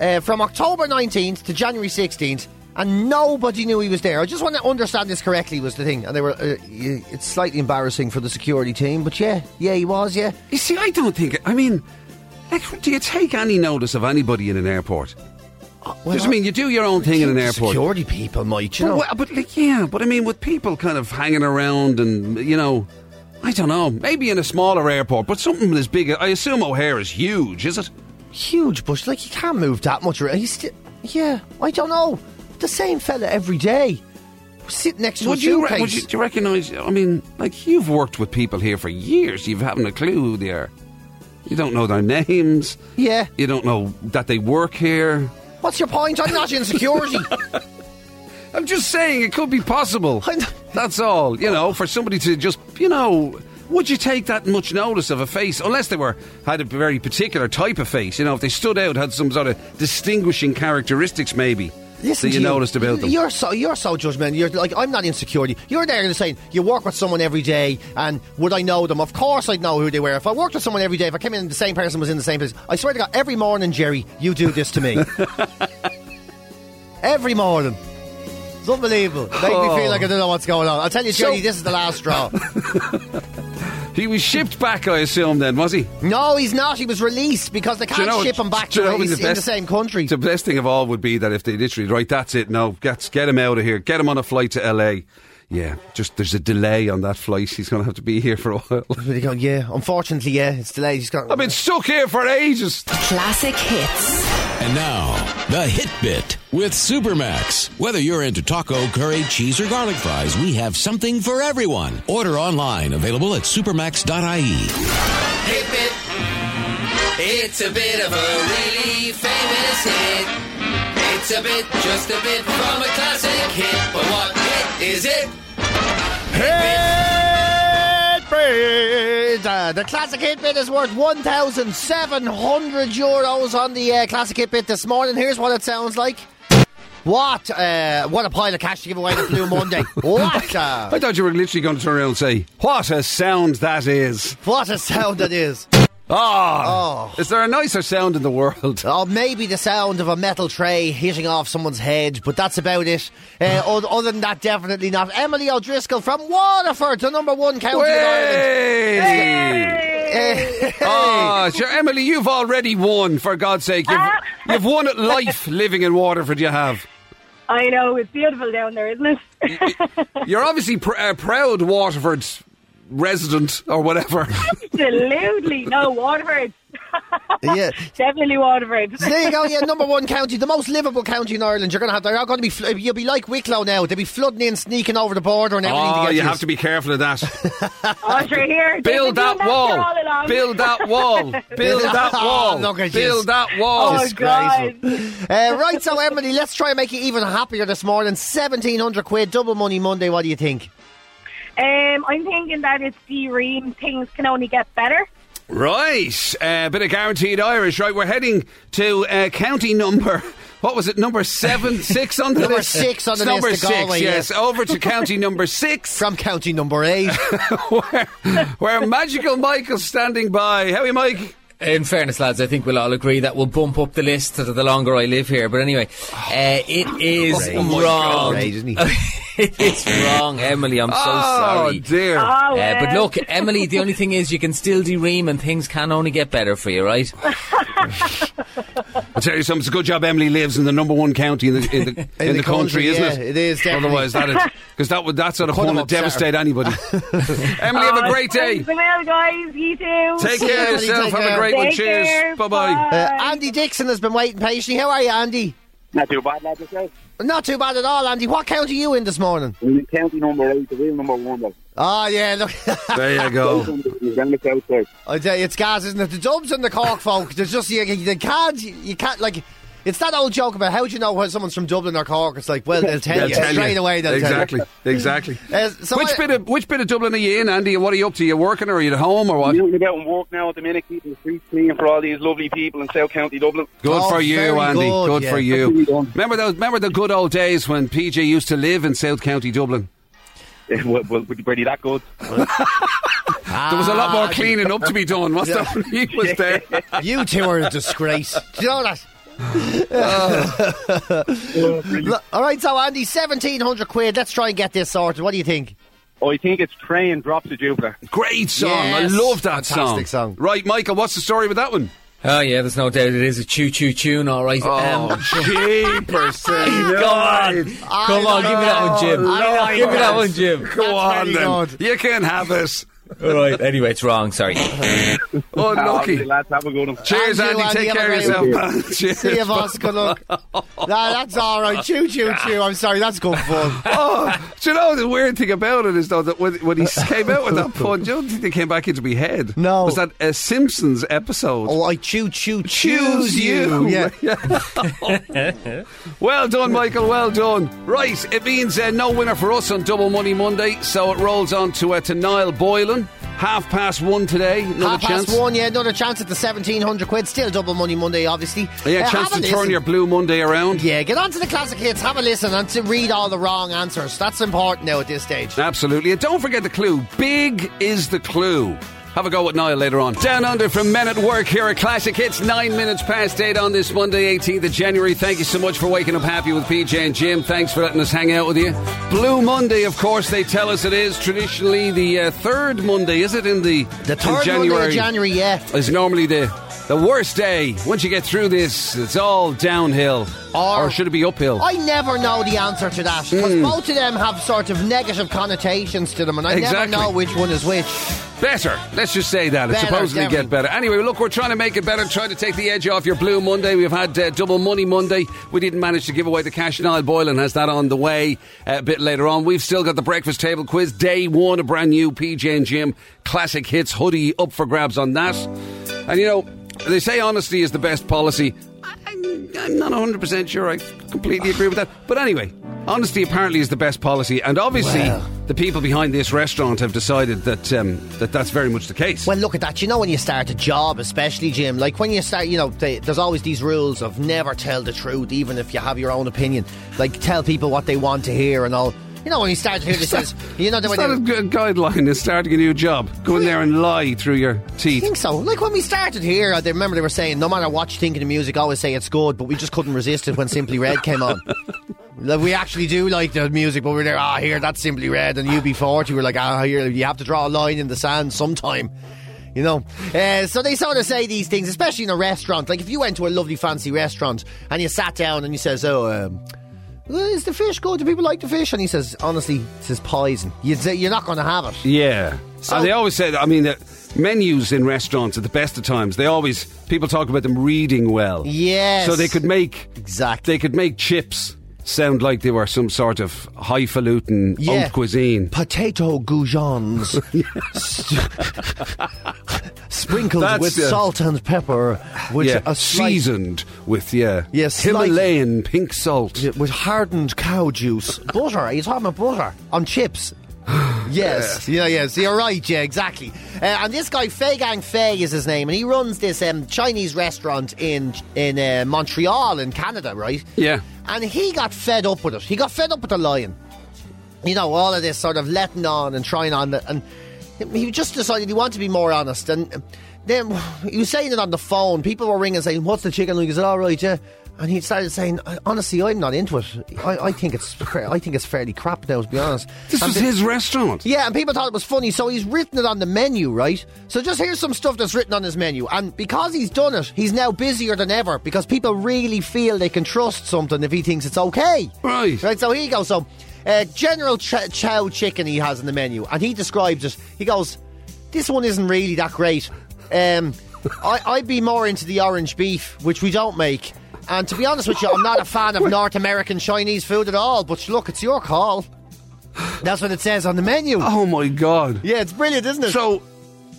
B: uh, from October 19th to January 16th, and nobody knew he was there. I just want to understand this correctly was the thing. And they were, uh, y- it's slightly embarrassing for the security team, but yeah, yeah, he was, yeah.
A: You see, I don't think. I mean, like, do you take any notice of anybody in an airport?
B: Well,
A: Just, I mean, you do your own thing in an airport.
B: Security people, might you
A: But,
B: know?
A: wha- but like, yeah, but I mean, with people kind of hanging around and you know, I don't know. Maybe in a smaller airport, but something as big. I assume O'Hare is huge, is it?
B: huge bush. Like you can't move that much. around. He's still, yeah. I don't know. The same fella every day. Sit next to
A: Would
B: a
A: you, re-
B: suitcase.
A: would you do you recognise? I mean, like you've worked with people here for years. You haven't a clue who they are. You don't know their names.
B: Yeah.
A: You don't know that they work here.
B: What's your point? I'm not in security.
A: I'm just saying it could be possible.
B: I know.
A: That's all. You know, for somebody to just, you know, would you take that much notice of a face unless they were had a very particular type of face? You know, if they stood out, had some sort of distinguishing characteristics, maybe.
B: Listen
A: that you
B: to
A: noticed about them?
B: You're so you're so judgmental. You're like I'm not insecurity. You're there and saying you work with someone every day, and would I know them? Of course, I'd know who they were. If I worked with someone every day, if I came in and the same person was in the same place, I swear to God, every morning, Jerry, you do this to me. every morning. It's unbelievable. Make me feel like I don't know what's going on. I'll tell you,
A: Oh. So-
B: Jerry, this is the last straw.
A: He was shipped back, I assume, then, was he?
B: no, he's not. He was released because they
A: Do
B: can't ship him back
A: do
B: to
A: you know
B: where
A: what's
B: he's in the same country.
A: The best thing of all would be that if they literally, right, that's it, no, get, get him out of here, get him on a flight to LA. Yeah, just there's a delay on that flight. He's going to have to be here for a while.
B: But he go, yeah, unfortunately, yeah, it's delayed. He's got.
A: I've been stuck here for ages.
E: Classic hits.
F: And now, the Hit Bit with Supermax. Whether you're into taco, curry, cheese, or garlic fries, we have something for everyone. Order online, available at supermax.ie.
G: Hip it. It's a bit of a really famous hit. It's a bit, just a bit from a classic hit. But what hit is it?
B: Bid. Uh, the classic hit bid is worth 1,700 euros on the uh, classic hit bid this morning. Here's what it sounds like. What? Uh, what a pile of cash to give away to Blue Monday. what? Uh,
A: I thought you were literally going to turn around and say, What a sound that is.
B: what a sound it is.
A: Ah, Is there a nicer sound in the world?
B: Or maybe the sound of a metal tray hitting off someone's head, but that's about it. Uh, o- other than that, definitely not. Emily O'Driscoll from Waterford, the number one county in Ireland.
A: Way!
B: Eh,
A: Oh, sure, Emily, you've already won, for God's sake. You've, you've won at life living in Waterford, you have.
H: I know it's beautiful down there, isn't it?
A: You're obviously pr- a proud Waterford resident or whatever.
H: Absolutely, no Waterford,
B: yeah.
H: definitely Waterford.
B: So there you go. Yeah, number one county, the most livable county in Ireland. You're gonna have. They're not gonna be. fl- You'll be like Wicklow now. They'll be flooding in, sneaking over the border and everything.
A: oh,
B: to get
A: you
B: yous.
A: have to be careful of that.
H: Oh, sure, here, they've
A: Build
H: been doing
A: that
H: for
A: wall.
H: all along.
A: Build that wall. Build that wall.
B: Look at
A: Build
B: yous.
A: that wall.
H: Oh God!
B: Uh, right, so Emily, let's try and make you even happier this morning. Seventeen hundred quid, double money Monday. What do you think?
H: Um, I'm thinking that it's the ream. Things can only get better.
A: Right, a bit of guaranteed Irish. Right, we're heading to uh, county number. What was it? Number seven, six on the
B: Number
A: list?
B: six on the
A: number
B: list to
A: six,
B: Galway,
A: yes. Over to county number six,
B: From county number eight.
A: where, where Magical Michael's standing by. How are you, Mike?
G: In fairness, lads, I think we'll all agree that will bump up the list the longer I live here. But anyway, uh, it is
B: Oh,
C: Outrage.
G: wrong.
C: Outrage, isn't he?
B: Uh,
G: it is wrong, Emily. I'm so
A: oh
G: sorry.
A: dear.
B: Ah,
H: Oh,
G: Uh, but
H: well.
G: look, Emily, the only thing is you can still deream and things can only get better for you, right?
A: I'll tell you something. It's a good job Emily lives in the number one county in the in the, in the,
B: the
A: country,
B: country,
A: isn't
B: yeah,
A: it?
B: it is, definitely.
A: Otherwise, that is because that would that's sort of
B: Could
A: one
B: have
A: would devastate
B: upset
A: anybody. Emily, have a great day.
H: Thanks a mil, guys. You too.
A: Take
B: See you,
A: care of
B: Emily,
A: yourself.
B: take
A: Have a
B: care.
A: great one.
H: Take
A: Cheers.
H: care.
A: Bye bye.
B: Uh, Andy Dixon has been waiting patiently. How are you, Andy?
I: Not too bad, lad, yourself.
B: Not too bad at all, Andy. What county are you in this morning?
I: We're in county number eight, the real number one, though.
B: Oh yeah, look,
A: There you go.
I: We're down the south side.
B: I tell you, it's gas, isn't it? The Dubs and the Cork folk. There's just you, you can't, you can't like. It's that old joke about how do you know when someone's from Dublin or Cork? It's like, well, they'll tell
A: They'll
B: you
A: tell
B: straight
A: you.
B: away. They'll
A: exactly, exactly.
B: tell you. Uh, so
A: which
B: I-
A: bit of which bit of Dublin are you in, Andy? And what are you up to? You working or are you at home or what?
I: I'm out about and work now at the minute, keeping the streets clean for all these lovely people in South County Dublin.
A: Good
B: Oh,
A: for you,
B: very
A: Andy. Good,
B: good,
A: for
B: yeah.
A: you.
I: Pretty done.
A: Remember those? Remember the good old days when PJ used to live in South County Dublin.
I: Yeah, well, well, pretty that good.
A: There was a
B: Ah,
A: lot more cleaning up to be done. What's that? He was there.
B: You two are a disgrace. Do you know that? Look, All right, so Andy, seventeen hundred quid. Let's try and get this sorted. What do you think?
I: I think it's Train Drops to Jupiter.
A: Great song.
B: Yes.
A: I love that
B: Fantastic song.
A: Right, Michael. What's the story with that one?
G: Oh yeah, there's no doubt it is a choo-choo tune, all right.
A: Oh,
G: Um,
A: jeepers! Come
G: come on, come on, give me that
A: Oh,
G: one, Jim.
B: I like
G: give me that
B: it.
G: one, Jim.
A: Go on,
B: That's very
A: then.
B: good.
A: You can have it.
G: All right. Anyway, it's wrong. Sorry.
A: Unlucky.
I: Obviously, lads, have a good one.
A: Cheers, Andy.
B: Thank you, Andy.
A: Take
B: Have a
A: care of
B: great
A: yourself, man. Cheers.
B: See if Oscar look. no, that's all right. Chew, chew, chew. I'm sorry, that's good fun.
A: Oh, do you know the weird thing about it is though that when, when he came out with that pun, do you don't think they came back into my head?
B: No.
A: was that a Simpsons episode?
B: Oh, I chew, chew,
A: Choose you.
B: Yeah.
A: well done, Michael. Well done. Right, it means uh, no winner for us on Double Money Monday, so it rolls on to, uh, to Niall Boylan. Half past one today. Another
B: Half
A: chance.
B: past one, yeah, another chance at the 1700 quid. Still double money Monday, obviously.
A: Yeah, chance
B: Uh,
A: to
B: have a
A: turn
B: listen.
A: your Blue Monday around.
B: Yeah, get on to the classic hits, have a listen, and to read all the wrong answers. That's important now at this stage.
A: Absolutely. And don't forget the clue. Big is the clue. Have a go at Niall later on. Down under from Men at Work here at Classic Hits. Nine minutes past eight on this Monday, 18th of January. Thank you so much for waking up happy with PJ and Jim. Thanks for letting us hang out with you. Blue Monday, of course, they tell us it is traditionally the uh, third Monday, is it? In the
B: The
A: in
B: third
A: January
B: Monday of January, yeah.
A: is normally the the worst day. Once you get through this, it's all downhill,
B: Or-
A: or should it be uphill?
B: I never know the answer to that because
A: Hmm.
B: both of them have sort of negative connotations to them, and I never
A: Exactly.
B: know which one is which.
A: Better. Let's just say that. It's
B: Better,
A: supposedly get
B: definitely.
A: better. Anyway, look, we're trying to make it better, trying to take the edge off your Blue Monday. We've had uh, Double Money Monday. We didn't manage to give away the cash. Niall Boylan has that on the way uh, a bit later on. We've still got the breakfast table quiz, day one, a brand new PJ and Jim classic hits hoodie up for grabs on that. And you know, they say honesty is the best policy. I- I'm, I'm not 100% sure I completely agree with that. But anyway, honesty apparently is the best policy. And obviously, the people behind this restaurant have decided that, um, that that's very much the case.
B: Well, look at that. You know, when you start a job, especially Jim, like when you start, you know, they, there's always these rules of never tell the truth, even if you have your own opinion. Like tell people what they want to hear and all. You know, when you start to hear this, says, you know, the way
A: It's not
B: they-
A: a good guideline in starting a new job. Go in there and lie through your
B: I
A: teeth.
B: think so. Like when we started here, I remember they were saying, no matter what you think of the music, always say it's good, but we just couldn't resist it when Simply Red came on. like, we actually do like the music, but we we're there, ah, here, that's Simply Red, and UB40, we we're like, ah, here, you have to draw a line in the sand sometime. You know, uh, so they sort of say these things, especially in a restaurant. Like if you went to a lovely fancy restaurant and you sat down and you says, "Oh, um, well, is the fish good? Do people like the fish?" and he says, "Honestly, this is poison. You'd say, You're not going to have it."
A: Yeah.
B: So-
A: and they always said, I mean, that menus in restaurants at the best of times, they always, people talk about them reading well.
B: Yes.
A: So they could make,
B: Exactly.
A: they could make chips sound like they were some sort of highfalutin haute cuisine.
B: Potato goujons. Sprinkled
A: That's,
B: with
A: uh,
B: salt and pepper. With
A: yeah,
B: a slight-
A: seasoned with yeah,
B: Yeah, slightly-
A: Himalayan pink salt.
B: With hardened cow juice. butter. Are you talking about butter? On chips. Yes, yeah, yes, you're right, yeah, exactly. Uh, and this guy, Fei Gang Fei, is his name, and he runs this um, Chinese restaurant in in uh, Montreal, in Canada, right?
A: Yeah.
B: And he got fed up with it. He got fed up with the lion. you know, all of this sort of letting on and trying on. The, and he just decided he wanted to be more honest. And um, then he was saying it on the phone. People were ringing saying, What's the chicken? And he said, All right, yeah. And he started saying, "I- Honestly, I'm not into it. I, I think it's cra- I think it's fairly crap now, to be honest.
A: This
B: And
A: was
B: pe-
A: his restaurant.
B: yeah, and people thought it was funny, so he's written it on the menu, right? So just here's some stuff that's written on his menu. And because he's done it, he's now busier than ever because people really feel they can trust something if he thinks it's okay.
A: Right.
B: Right, so here you go. So, uh, General Ch- Chow Chicken he has in the menu, and he describes it. He goes, This one isn't really that great. Um, I- I'd be more into the orange beef, which we don't make. And to be honest with you, I'm not a fan of North American Chinese food at all, but look, it's your call. That's what it says on the menu.
A: Oh my god!
B: Yeah, it's brilliant, isn't it?
A: So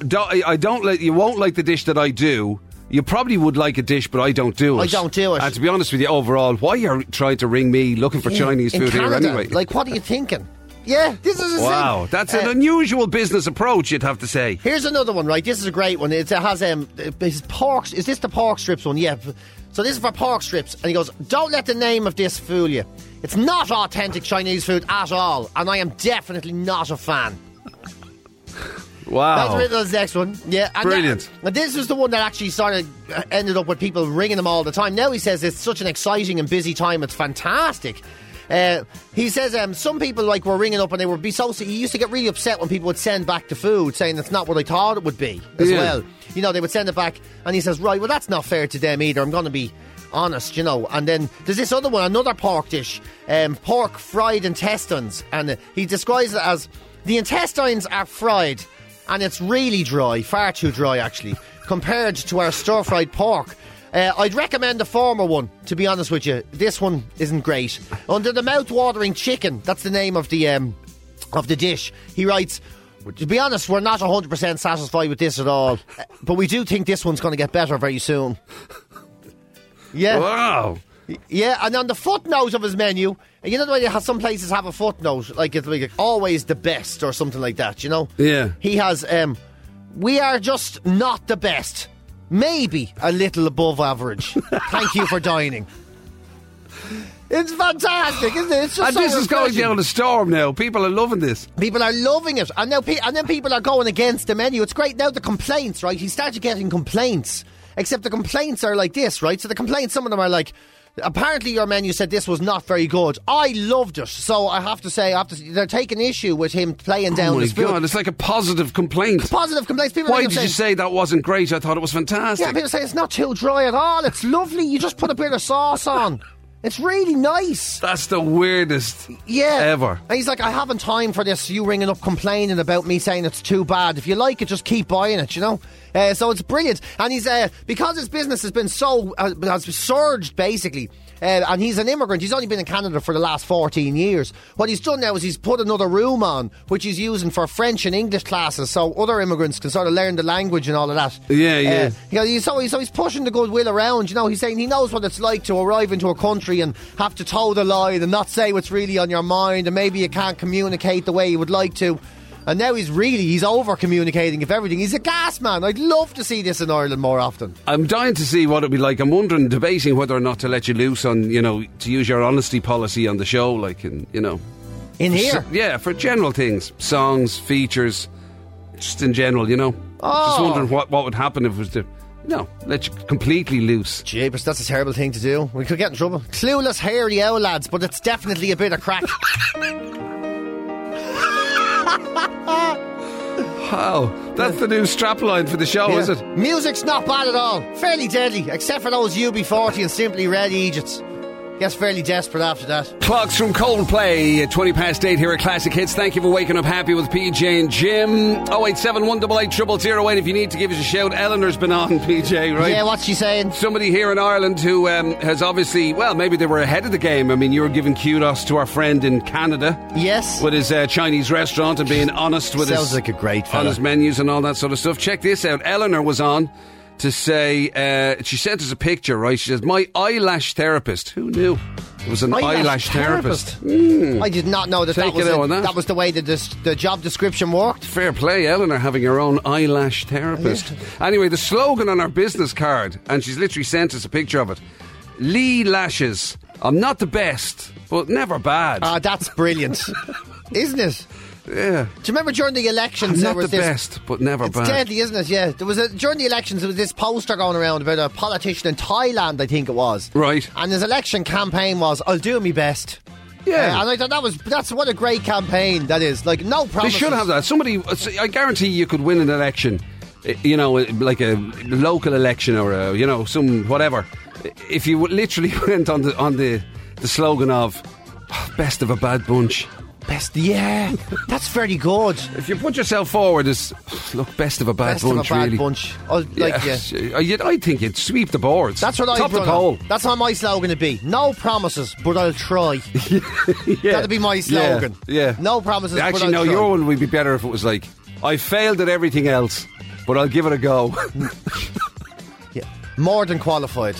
A: do, I I don't like you won't like the dish that I do. You probably would like a dish, but I don't do it.
B: I don't do it.
A: And to be honest with you, overall, why you're trying to ring me looking for
B: Yeah,
A: Chinese
B: in
A: food
B: Canada,
A: here anyway?
B: Like, what are you thinking? Yeah, this is a
A: wow,
B: thing.
A: that's
B: Uh,
A: an unusual business approach, you'd have to say.
B: Here's another one, right? This is a great one. It's- It has um, his pork. Is this the pork strips one? Yeah. So this is for pork strips, and he goes, "Don't let the name of this fool you. It's not authentic Chinese food at all, and I am definitely not a fan." That's
A: Wow.
B: Riddle's next one. Yeah, and
A: Oh. Brilliant.
B: that- and this is the one that actually sort of uh, ended up with people ringing him all the time. Now he says it's such an exciting and busy time. It's fantastic. Uh, he says um, some people like were ringing up and they would be so. He used to get really upset when people would send back the food, saying it's not what I thought it would be as
A: Yeah.
B: well. You know, they would send it back, and he says, "Right, well, that's not fair to them either. I'm going to be honest, you know." And then there's this other one, another pork dish, um, pork fried intestines, and uh, he describes it as the intestines are fried, and it's really dry, far too dry actually, compared to our stir fried pork. Uh, I'd recommend the former one, to be honest with you. This one isn't great. Under the mouth watering chicken, that's the name of the um, of the dish. He writes, to be honest, we're not 100% satisfied with this at all, but we do think this one's going to get better very soon. Yeah.
A: Wow.
B: Yeah, and on the footnote of his menu, and you know the way they have some places have a footnote, like it's like always the best or something like that. You know?
A: Yeah.
B: He has. um We are just not the best. Maybe a little above average. Thank you for dining. It's fantastic, isn't it? It's just
A: And
B: so
A: this is going
B: refreshing.
A: down a storm now. People are loving this.
B: People are loving it, and now pe- and then people are going against the menu. It's great now. The complaints, right? He started getting complaints, except the complaints are like this, right? So the complaints, some of them are like, apparently your menu said this was not very good. I loved it, so I have to say, I have to. They're taking issue with him playing down
A: Oh my
B: his food.
A: god, it's like a positive complaint.
B: Positive complaints. People
A: Why
B: are
A: did you
B: saying,
A: say that wasn't great? I thought it was
B: Yeah,
A: fantastic.
B: people say it's not too dry at all. It's lovely. You just put a bit of sauce on. It's really nice.
A: That's the weirdest
B: Yeah.
A: ever.
B: And he's like, I haven't time for this. You ringing up complaining about me saying it's too bad. If you like it, just keep buying it, you know? Uh, so it's brilliant. And he's, uh, because his business has been so, uh, has surged basically. Uh, and he's an immigrant. He's only been in Canada for the last 14 years. What he's done now is he's put another room on, which he's using for French and English classes, so other immigrants can sort of learn the language and all of that.
A: Yeah, yeah.
B: Uh, you know, he's, so, he's, so he's pushing the goodwill around. You know, he's saying he knows what it's like to arrive into a country and have to toe the line and not say what's really on your mind, and maybe you can't communicate the way you would like to. And now he's really he's over communicating with everything. He's a gas man. I'd love to see this in Ireland more often.
A: I'm dying to see what it'd be like. I'm wondering, debating whether or not to let you loose on, you know, to use your honesty policy on the show, like, and you know,
B: In here,
A: So- yeah, for general things, songs, features, just in general, you know. Just
B: Oh.
A: wondering what what would happen if it was to, no, let you completely loose.
B: Jeepers, that's a terrible thing to do. We could get in trouble. Clueless hairy owl lads, but it's definitely a bit of crack.
A: Wow, that's the new strapline for the show, is it?
B: Music's not bad at all. Fairly deadly, except for those UB40 and simply red Egypts. Gets fairly desperate after that.
A: Clocks from Coldplay at 20 past 8 here at Classic Hits. Thank you for waking up happy with PJ and Jim. 087 188 0008 if you need to give us a shout. Eleanor's been on, PJ, right?
B: Yeah, what's she saying?
A: Somebody here in Ireland who um, has obviously, well, maybe they were ahead of the game. I mean, you were giving kudos to our friend in Canada
B: Yes.
A: with his uh, Chinese restaurant and being honest with
B: Sounds
A: his
B: like a great
A: on
B: fella.
A: his menus and all that sort of stuff. Check this out. Eleanor was on to say uh, she sent us a picture. Right, she says my eyelash therapist. Who knew? It was an
B: Oh,
A: eyelash, therapist.
B: I did not know that
A: Hmm. Take
B: that was
A: it
B: it.
A: on that.
B: that was the way that this, the job description worked.
A: Fair play, Eleanor, having her own eyelash therapist. Anyway, the slogan on our business card, and she's literally sent us a picture of it Lee Lashes. I'm not the best, but never bad.
B: Ah, that's brilliant, isn't it?
A: yeah.
B: Do you remember during the
A: I'm
B: elections there
A: not the
B: was this?
A: best, but never
B: It's
A: bad.
B: deadly, isn't it? Yeah. There was a, during the elections there was this poster going around about a politician in Thailand, I think it was.
A: Right.
B: And his election campaign was, "I'll do my best."
A: Yeah.
B: Uh, and I thought that was that's what a great campaign that is. Like no
A: They
B: promises.
A: should have that. Somebody, uh, I guarantee you could win an election, eh, you know, eh, like a local election or a, you know, some whatever. eh, If you literally went on the on the, the slogan of "Oh, best of a bad bunch.
B: Best, yeah. That's very good.
A: If you put yourself forward as look best of a bad
B: Best
A: bunch,
B: of a bad
A: really.
B: bunch. Oh, like yeah.
A: I- you'd- I think you'd sweep the boards.
B: That's what I
A: top the poll.
B: That's how my slogan would be. No promises, but I'll try.
A: Yeah.
B: That'd be my slogan.
A: Yeah, yeah.
B: No promises, but
A: Actually, no.
B: I'll try.
A: Your one would be better if it was like I failed at everything else, but I'll give it a go.
B: Yeah. More than qualified.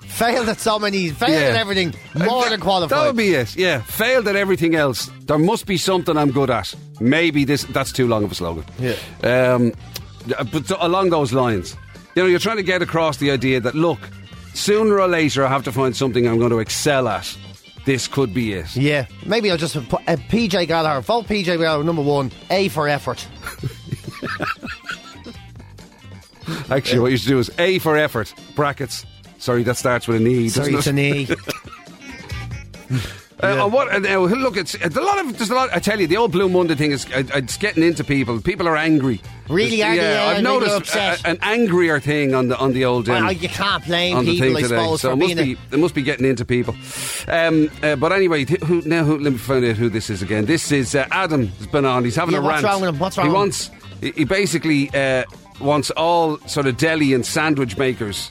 B: Failed at so many. Failed at
A: Yeah. Uh,
B: everything. More
A: That-
B: than qualified.
A: That would be it. Yeah, failed at everything else. There must be something I'm good at. Maybe this. That's too long of a slogan.
B: Yeah.
A: Um, but th- along those lines, you know, you're trying to get across the idea that look, sooner or later, I have to find something I'm going to excel at. This could be it.
B: yeah. Maybe I'll just put uh, PJ Gallagher. Vote PJ Gallagher number one. A for effort.
A: Actually, what you should do is A for effort. Brackets. Sorry, that starts with an E. doesn't
B: Sorry,
A: it?
B: it's an E.
A: Uh, and what? And, uh, look, it's there's a lot of there's a lot. I tell you, the old Blue Monday thing is uh, it's getting into people. People are angry.
B: Really
A: It's-
B: angry,
A: Yeah,
B: yeah,
A: I've
B: really
A: noticed
B: upset.
A: a- an angrier thing on the on the old. um,
B: Well, you can't blame
A: on the
B: people,
A: thing
B: I
A: today,
B: suppose,
A: so
B: for
A: it must
B: being
A: be it must be getting into people. Um, uh, but anyway, th- who, now who, let me find out who this is again. This is uh, Adam has been on. He's having
B: Yeah,
A: a
B: what's
A: rant.
B: wrong with him? What's wrong
A: He
B: with him?
A: wants. He he basically uh, wants all sort of deli and sandwich makers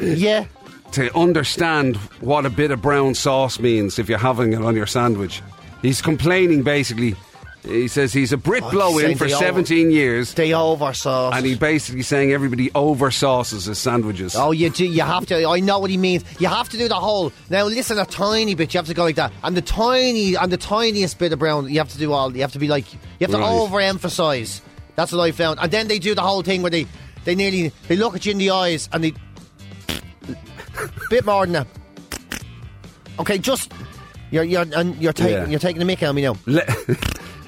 B: a. Yeah.
A: to understand what a bit of brown sauce means if you're having it on your sandwich. He's complaining basically He says he's a Brit
B: Oh,
A: blow in
B: saying
A: for
B: they all-
A: 17 years,
B: They oversaw.
A: and he's basically saying everybody oversauces his sandwiches.
B: Oh, you do. You have to. I know what he means. You have to do the whole. Now listen, a tiny bit. You have to go like that. And the tiny, and the tiniest bit of brown. You have to do all. You have to be like. You have to
A: Right.
B: overemphasize. That's what I found. And then they do the whole thing where they, they nearly, they look at you in the eyes and they, bit more than that. Okay, just you're you're and you're taking
A: Yeah.
B: you're taking the mick out of me now.
A: Le-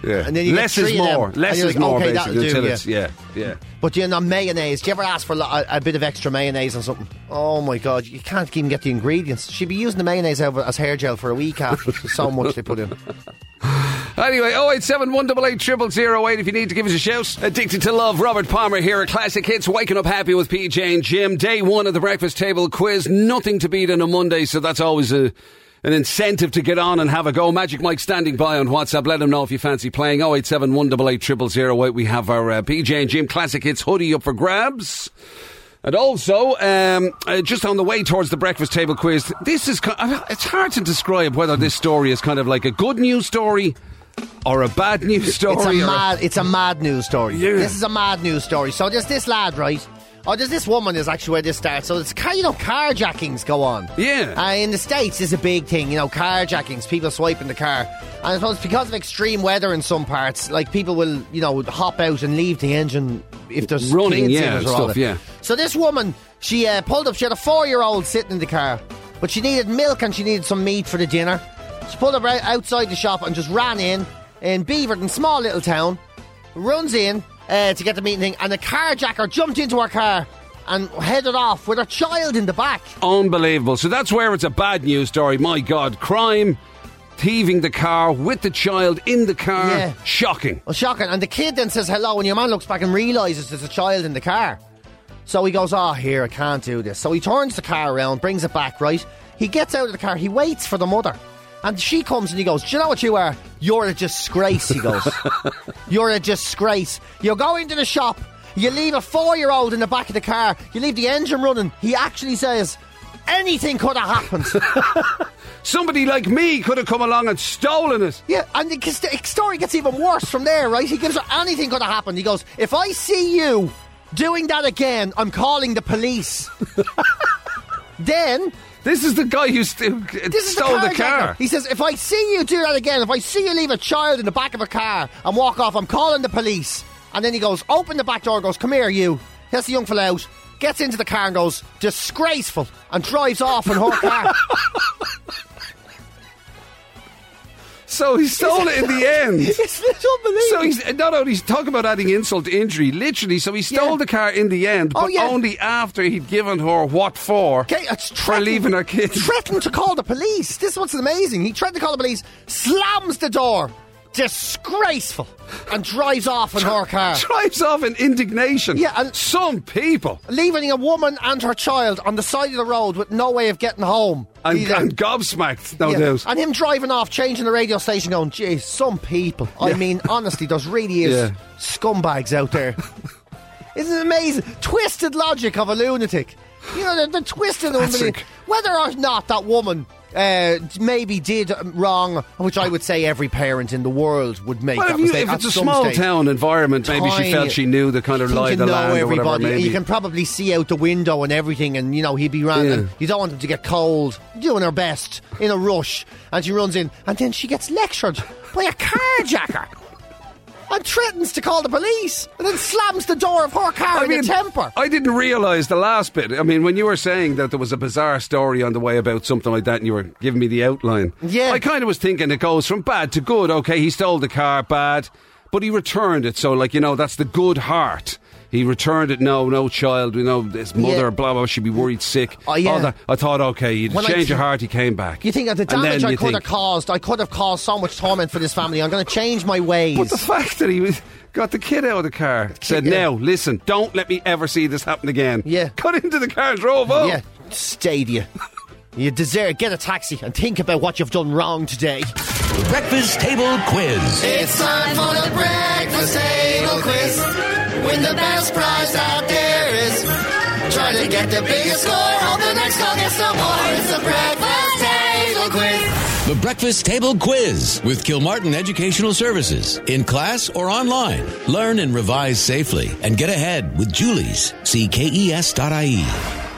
A: yeah.
B: And then you get
A: Less
B: three
A: is
B: of them,
A: more.
B: and
A: Less
B: you're
A: is
B: like,
A: more,
B: okay, that'll
A: basically.
B: do,
A: until
B: yeah.
A: it's, yeah, yeah.
B: But you know, mayonnaise. Do you ever ask for a, lo- a, a bit of extra mayonnaise on something? Oh my god, you can't even get the ingredients. She'd be using the mayonnaise over- as hair gel for a week after so much they put in.
A: Anyway, 087 188 0008 if you need to give us a shout. Addicted to Love, Robert Palmer here at Classic Hits. Waking up happy with PJ and Jim. Day one of the breakfast table quiz. Nothing to beat on a Monday, so that's always a, an incentive to get on and have a go. Magic Mike standing by on WhatsApp. Let him know if you fancy playing. 087 188 0008. We have our uh, PJ and Jim Classic Hits hoodie up for grabs. And also, um, uh, just on the way towards the breakfast table quiz, this is, ki- it's hard to describe whether this story is kind of like a good news story or a bad news story.
B: It's a
A: or a-
B: mad, it's a mad news story.
A: Yeah.
B: This is a mad news story. So there's this lad, right? Oh, there's this woman is actually where this starts. So it's kind of carjackings go on.
A: Yeah.
B: Uh, in the states is a big thing. You know, carjackings, people swiping the car, and I suppose because of extreme weather in some parts, like people will, you know, hop out and leave the engine if there's
A: Running,
B: kids
A: yeah,
B: in it or
A: and
B: all
A: stuff,
B: that.
A: yeah.
B: So this woman, she uh, pulled up. She had a four-year-old sitting in the car, but she needed milk and she needed some meat for the dinner. She pulled up right outside the shop and just ran in in Beaverton, small little town. Runs in uh, to get the meat and thing, and a carjacker jumped into her car and headed off with her child in the back.
A: Unbelievable. So that's where it's a bad news story. My God, crime, thieving the car with the child in the car.
B: Yeah.
A: Shocking.
B: Well, shocking. And the kid then says hello, and your man looks back and realises there's a child in the car. So he goes, Oh, here, I can't do this. So he turns the car around, brings it back, right? He gets out of the car, he waits for the mother. And she comes and he goes, Do you know what you are? You're a disgrace, he goes. You're a disgrace. You go into the shop, you leave a four year old in the back of the car, you leave the engine running. He actually says, Anything could have happened.
A: Somebody like me could have come along and stolen it.
B: Yeah, and the the story gets even worse from there, right? He gives her anything could have happened. He goes, If I see you doing that again, I'm calling the police. then,
A: This is the guy who st- uh,
B: this is
A: stole
B: the,
A: the
B: carjacker.
A: car.
B: He says, If I see you do that again, if I see you leave a child in the back of a car and walk off, I'm calling the police. And then he goes, Open the back door, goes, Come here, you. Here's the young fella out, gets into the car and goes, Disgraceful, and drives off in her car.
A: So he stole it in the end.
B: it's unbelievable.
A: So he's not only he's talking about adding insult to injury, literally. So he stole
B: Yeah.
A: the car in the end,
B: Oh,
A: but
B: yeah.
A: only after he'd given her what for
B: Okay, it's
A: for
B: threatened-
A: leaving her kids.
B: Threatened to call the police. This one's amazing. He threatened to call the police, slams the door, disgraceful, and drives off in her car,
A: Drives off in indignation.
B: Yeah, and-
A: some people
B: leaving a woman and her child on the side of the road with no way of getting home.
A: and,
B: He then-
A: and gobsmacked, no
B: yeah,
A: doubt.
B: and him driving off, changing the radio station, going, "Geez, some people." I mean, honestly, there's really is
A: Yeah.
B: scumbags out there. Isn't it amazing? Twisted logic of a lunatic. You know, the, the twisted unbelievable. Whether or not that woman uh, maybe did wrong, which I would say every parent in the world would make
A: Well,
B: that
A: if, you,
B: mistake
A: if
B: at
A: it's a
B: some
A: small
B: stage.
A: town environment, maybe she
B: Tiny-
A: felt she knew the kind of
B: Think
A: lie
B: you
A: of the
B: know
A: land or whatever.
B: everybody.
A: Maybe.
B: You can probably see out the window and everything, and you know he'd be running.
A: Yeah.
B: You don't want him to get cold. Doing her best in a rush, and she runs in, and then she gets lectured by a carjacker. And threatens to call the police, and then slams the door of her car in a temper.
A: I didn't realise the last bit. I mean, when you were saying that there was a bizarre story on the way about something like that, and you were giving me the outline,
B: Yeah.
A: I kind of was thinking it goes from bad to good. Okay, he stole the car, bad, but he returned it. So, like you know, that's the good heart. He returned it. No, no child. You know, his mother,
B: Yeah.
A: blah blah. She'd be worried sick.
B: Oh, yeah.
A: All that. I thought, okay, you'd
B: When I
A: change
B: thi-
A: your heart. He came back.
B: you think of the
A: And then
B: damage I
A: you
B: could
A: think-
B: have caused? I could have caused so much torment for this family. I'm going to change my ways.
A: But the fact that he was, got the kid out of the car said,
B: yeah.
A: "Now listen, don't let me ever see this happen again."
B: Yeah.
A: cut into the car, and drove off.
B: yeah, stadia. You deserve get a taxi and think about what you've done wrong today.
F: Breakfast Table Quiz.
G: It's time for the breakfast table quiz. Win the best prize out there is. Try to get the biggest score on the next August award. It's the breakfast table quiz.
F: The Breakfast Table Quiz with Kilmartin Educational Services. In class or online, learn and revise safely and get ahead with Julie's. E See KES.ie.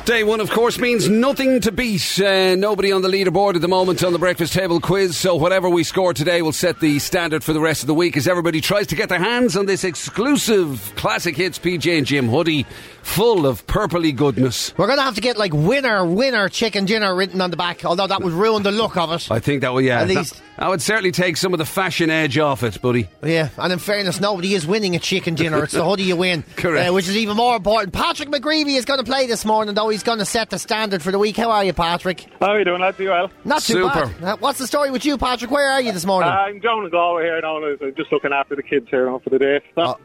A: Day one, of course, means nothing to beat. Uh, nobody on the leaderboard at the moment on the breakfast table quiz, so whatever we score today will set the standard for the rest of the week as everybody tries to get their hands on this exclusive Classic Hits PJ and Jim hoodie full of purpley goodness.
B: We're going to have to get like winner, winner, chicken dinner written on the back, although that would ruin the look of it.
A: I think that will, yeah.
B: At
A: that-
B: least-
A: That, would certainly take some of the fashion edge off it, buddy.
B: Yeah, and in fairness, nobody is winning a chicken dinner. It's the hoodie you win.
A: Correct.
B: Uh, which is even more important. Patrick McGreevy is going to play this morning, though. He's going to set the standard for the week. How are you, Patrick?
I: How are you doing, lads? You well? Uh,
B: Not too
A: Super.
B: bad. Uh, what's the story with you, Patrick? Where are you this morning?
I: I'm down in Galway here now. and I'm just looking after the kids here now for the day. So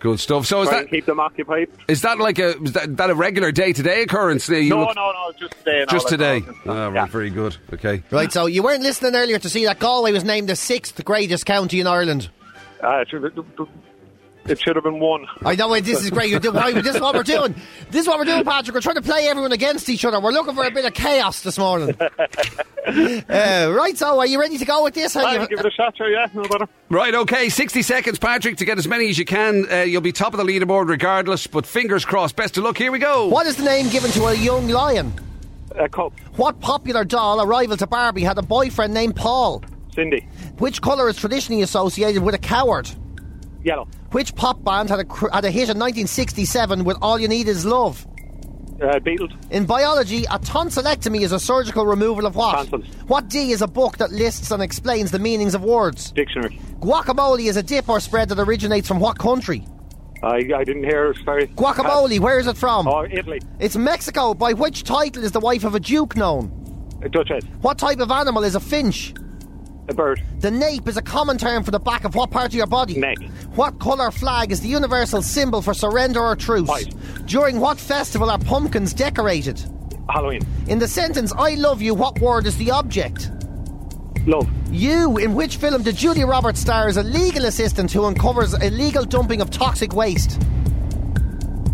A: Good stuff. So is
I: try
A: that
I: and keep them occupied.
A: is that like a is that, that a regular day to day occurrence? You
I: No,
A: look-
I: no, no, just today. now,
A: Just
I: like,
A: today.
I: now.
A: Ah, right,
I: Yeah.
A: very good. Okay.
B: right, so you weren't listening earlier to see that Galway was named the sixth greatest county in Ireland.
I: Ah, it, should, it should have been one.
B: I know wait, this is great. You did, why, this is what we're doing. This is what we're doing, Patrick. We're trying to play everyone against each other. We're looking for a bit of chaos this morning. uh, right, so are you ready to go with this? Have
I: I'll
B: you-
I: Ah, give it a shot, sure, yeah. No bother.
A: Right, okay, 60 seconds, Patrick, to get as many as you can. Uh, you'll be top of the leaderboard regardless, but fingers crossed. Best of luck. Here we go.
B: what is the name given to a young lion?
I: A cup.
B: What popular doll, a rival to Barbie, had a boyfriend named Paul?
I: Cindy.
B: Which colour is traditionally associated with a coward?
I: Yellow.
B: Which pop band had a, cr- had a hit in 1967 with All You Need Is Love?
I: Uh, Beatles.
B: In biology, a tonsillectomy is a surgical removal of what?
I: Tonsils.
B: What D is a book that lists and explains the meanings of words?
I: Dictionary.
B: Guacamole is a dip or spread that originates from what country?
I: I, I didn't hear it, sorry.
B: Guacamole, where is it from?
I: Uh, oh, Italy.
B: It's Mexico. By which title is the wife of a duke known?
I: A Duchess.
B: What type of animal is a finch?
I: A bird.
B: The nape is a common term for the back of what part of your body?
I: Neck.
B: What colour flag is the universal symbol for surrender or truce?
I: White.
B: During what festival are pumpkins decorated?
I: Halloween.
B: In the sentence I love you, what word is the object?
I: Love.
B: You, in which film did Julia Roberts star as a legal assistant who uncovers illegal dumping of toxic waste?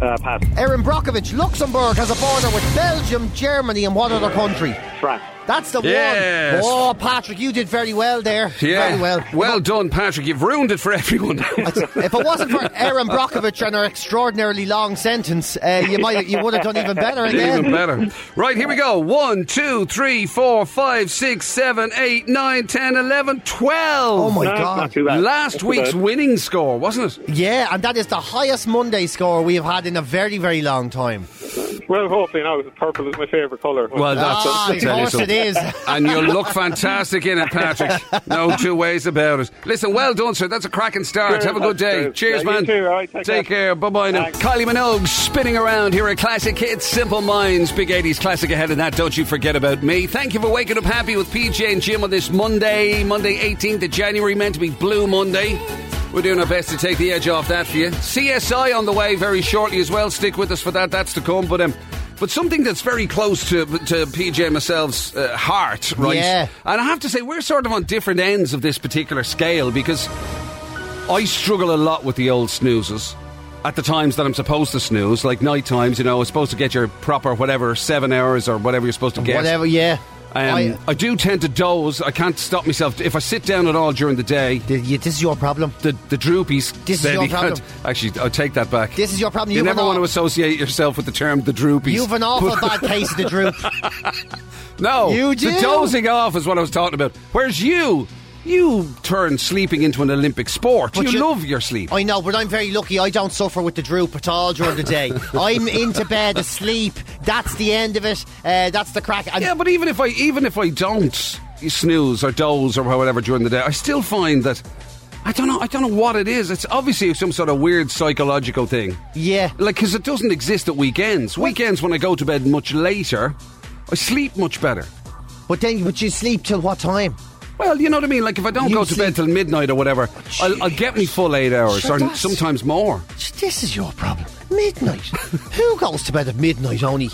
I: Uh, pass.
B: Erin Brockovich, Luxembourg has a border with Belgium, Germany, and what other country?
I: France.
B: That's the
A: Yes.
B: one. Oh, Patrick, you did very well there.
A: yeah.
B: Very well.
A: Well done, Patrick. You've ruined it for everyone.
B: if it wasn't for Erin Brockovich and her extraordinarily long sentence, uh, you might you would have done even better again.
A: Even better. Right, here we go. One, two, three, four, five, six, seven, eight, nine, ten, eleven, twelve.
B: Oh my
I: No,
B: god.
I: not too bad. Not
A: Last
I: too
A: week's
I: bad.
A: winning score, wasn't it?
B: Yeah, and that is the highest Monday score we have had in a very, very long time.
I: Well, hopefully now, purple is my favourite colour.
A: that's
B: ah, of course it is.
A: And you look fantastic in it, Patrick. No two ways about it. Listen, well done, sir. That's a cracking start.
I: Cheers,
A: Have a good day.
I: Patrick.
A: Cheers,
I: Yeah, you
A: man.
I: too, all right? Take care.
A: care. Bye bye now.
I: Thanks.
A: Kylie Minogue spinning around here at Classic Hits. Simple Minds, Big 80s Classic ahead of that. Don't you forget about me. Thank you for waking up happy with PJ and Jim on this Monday, Monday 18th of January, meant to be Blue Monday. We're doing our best to take the edge off that for you. CSI on the way very shortly as well. Stick with us for that. That's to come. But um, but something that's very close to to PJ and myself's uh, heart, right?
B: Yeah.
A: And I have to say, we're sort of on different ends of this particular scale because I struggle a lot with the old snoozes. At the times that I'm supposed to snooze, like night times, you know, I'm supposed to get your proper whatever seven hours or whatever you're supposed to get.
B: Whatever, yeah.
A: Um, I,
B: I-
A: do tend to doze. I can't stop myself. If I sit down at all during the day,
B: Th- yeah, this is your problem.
A: the, the droopies.
B: This is
A: then
B: your
A: you can't-
B: problem.
A: Actually, I take that back.
B: This is your problem.
A: You,
B: You've
A: never
B: an
A: want to
B: aw-
A: associate yourself with the term the droopies.
B: You've an awful bad case of the droop.
A: No,
B: You do?
A: The dozing off is what I was talking about. Whereas you, you turn sleeping into an Olympic sport. You,
B: But you-
A: love your sleep.
B: I know, but I'm very lucky. I don't suffer with the droop at all during the day. I'm into bed asleep. That's the end of it. Uh, that's the crack. And
A: yeah, but even if I even if I don't snooze or doze or whatever during the day, I still find that I don't know. I don't know what it is. It's obviously some sort of weird psychological thing.
B: Yeah.
A: like because it doesn't exist at weekends. Weekends when I go to bed much later, I sleep much better.
B: But then, would you sleep till what time?
A: Well, you know what I mean. Like if I don't
B: You
A: go to
B: sleep-
A: bed till midnight or whatever, I'll, I'll get me full eight hours
B: Sure
A: or
B: does.
A: sometimes more.
B: This is your problem. Midnight. Who goes to bed at midnight only?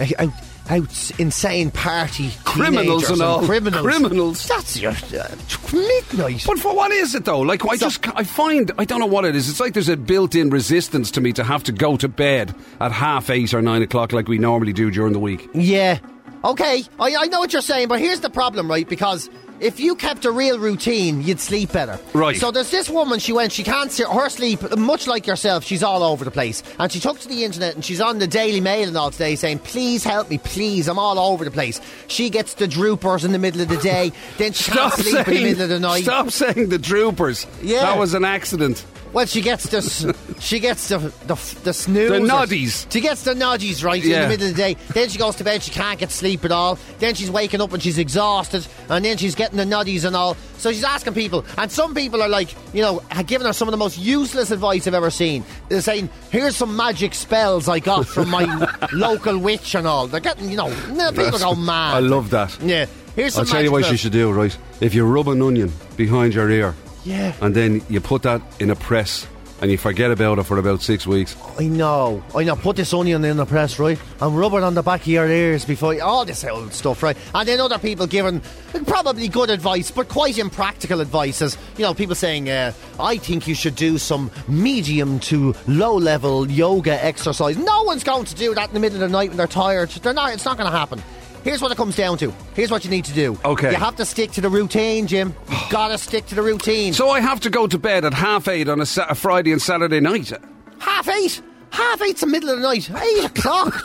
B: Uh, Out, out insane party
A: Criminals
B: teenagers
A: and all.
B: Criminals.
A: Criminals.
B: That's your uh, midnight.
A: But for what is it though? Like I
B: So-
A: just I find I don't know what it is. It's like there's a built-in resistance to me to have to go to bed at half eight or nine o'clock like we normally do during the week.
B: Yeah. Okay. I, I know what you're saying, but here's the problem, right? Because if you kept a real routine, you'd sleep better.
A: Right.
B: So there's this woman. She went. She can't. see Her sleep, much like yourself, she's all over the place. And she took to the internet and she's on the Daily Mail and all today, saying, "Please help me, please. I'm all over the place." She gets the droopers in the middle of the day. Then she
A: Stop
B: can't sleep in the
A: saying,
B: middle of the night.
A: stop saying the troopers.
B: Yeah.
A: That was an accident.
B: Well, she gets the s- she gets the the, the snooze,
A: The noddies.
B: She gets the noddies right in
A: Yeah.
B: the middle of the day. Then she goes to bed. She can't get sleep at all. Then she's waking up and she's exhausted. And then she's getting the noddies and all. So she's asking people, and some people are like, you know, have given her some of the most useless advice I've ever seen. They're saying, "Here's some magic spells I got from my local witch and all." They're getting, you know, people go mad.
A: I love that.
B: Yeah, here's some.
A: I'll tell you
B: magic
A: what you
B: spells.
A: should do, right? If you rub an onion behind your ear,
B: Yeah.
A: and then you put that in a press and you forget about it for about six weeks.
B: I know, I know. Put this onion in the press, right? And rub it on the back of your ears before you, all this old stuff, right? And then other people giving probably good advice, but quite impractical advice. As you know, people saying, uh, "I think you should do some medium to low-level yoga exercise." No one's going to do that in the middle of the night when they're tired. They're not. It's not going to happen. Here's what it comes down to. Here's what you need to do.
A: Okay.
B: You have to stick to the routine, Jim. You gotta stick to the routine.
A: So I have to go to bed at half eight on a, Sa- a Friday and Saturday night.
B: Half eight. Half eight's the middle of the night. Eight o'clock,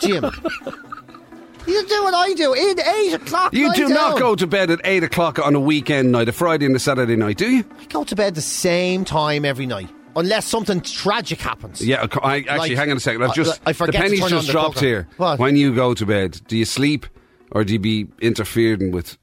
B: Jim. you do what I do. In eight o'clock.
A: You
B: lie
A: do not
B: down.
A: go to bed at eight o'clock on a weekend night, a Friday and a Saturday night, do you?
B: I go to bed the same time every night, unless something tragic happens.
A: Yeah, of cour- I, actually,
B: Like-
A: hang on a second. I've
B: I-
A: just
B: I
A: the
B: forget to
A: penny's
B: turn on
A: just
B: the
A: dropped
B: cooker.
A: here.
B: What?
A: When you go to bed, do you sleep or do you be interfering with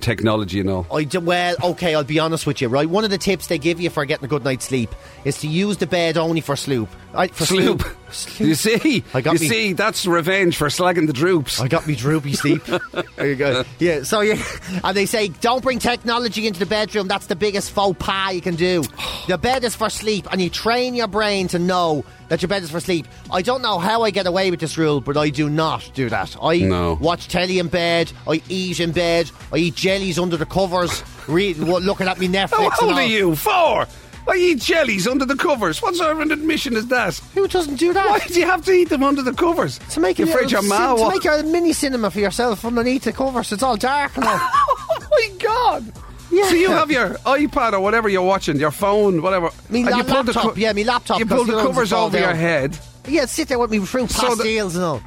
A: technology and all?
B: I do, well, okay, I'll be honest with you, right? One of the tips they give you for getting a good night's sleep is to use the bed only for sloop. I, for
A: Sloop.
B: Sloop.
A: You see,
B: I got
A: you
B: me-
A: see, that's revenge for slagging the droops.
B: I got me droopy sleep. there you go. Yeah, so yeah, and they say don't bring technology into the bedroom. That's the biggest faux pas you can do. The bed is for sleep, and you train your brain to know that your bed is for sleep. I don't know how I get away with this rule, but I do not do that. I
A: No.
B: watch telly in bed. I eat in bed. I eat jellies under the covers. Read, wa- looking at me Netflix.
A: How
B: and
A: old
B: all.
A: are you? Four. I eat jellies under the covers. What sort of an admission is that?
B: Who doesn't do that?
A: Why do you have to eat them under the covers?
B: To make
A: you
B: a
A: afraid your
B: little
A: ma
B: cin- to
A: wa-
B: make a mini cinema for yourself underneath the covers. It's all dark now.
A: Oh my god!
B: Yeah.
A: So you have your iPad or whatever you're watching, your phone, whatever.
B: Me
A: and
B: la-
A: you pull the
B: laptop, yeah, me laptop,
A: You pull
B: 'cause
A: the
B: the other ones
A: covers
B: fall
A: over your
B: down.
A: head.
B: Yeah, sit there with me through
A: So the-
B: pastilles and all.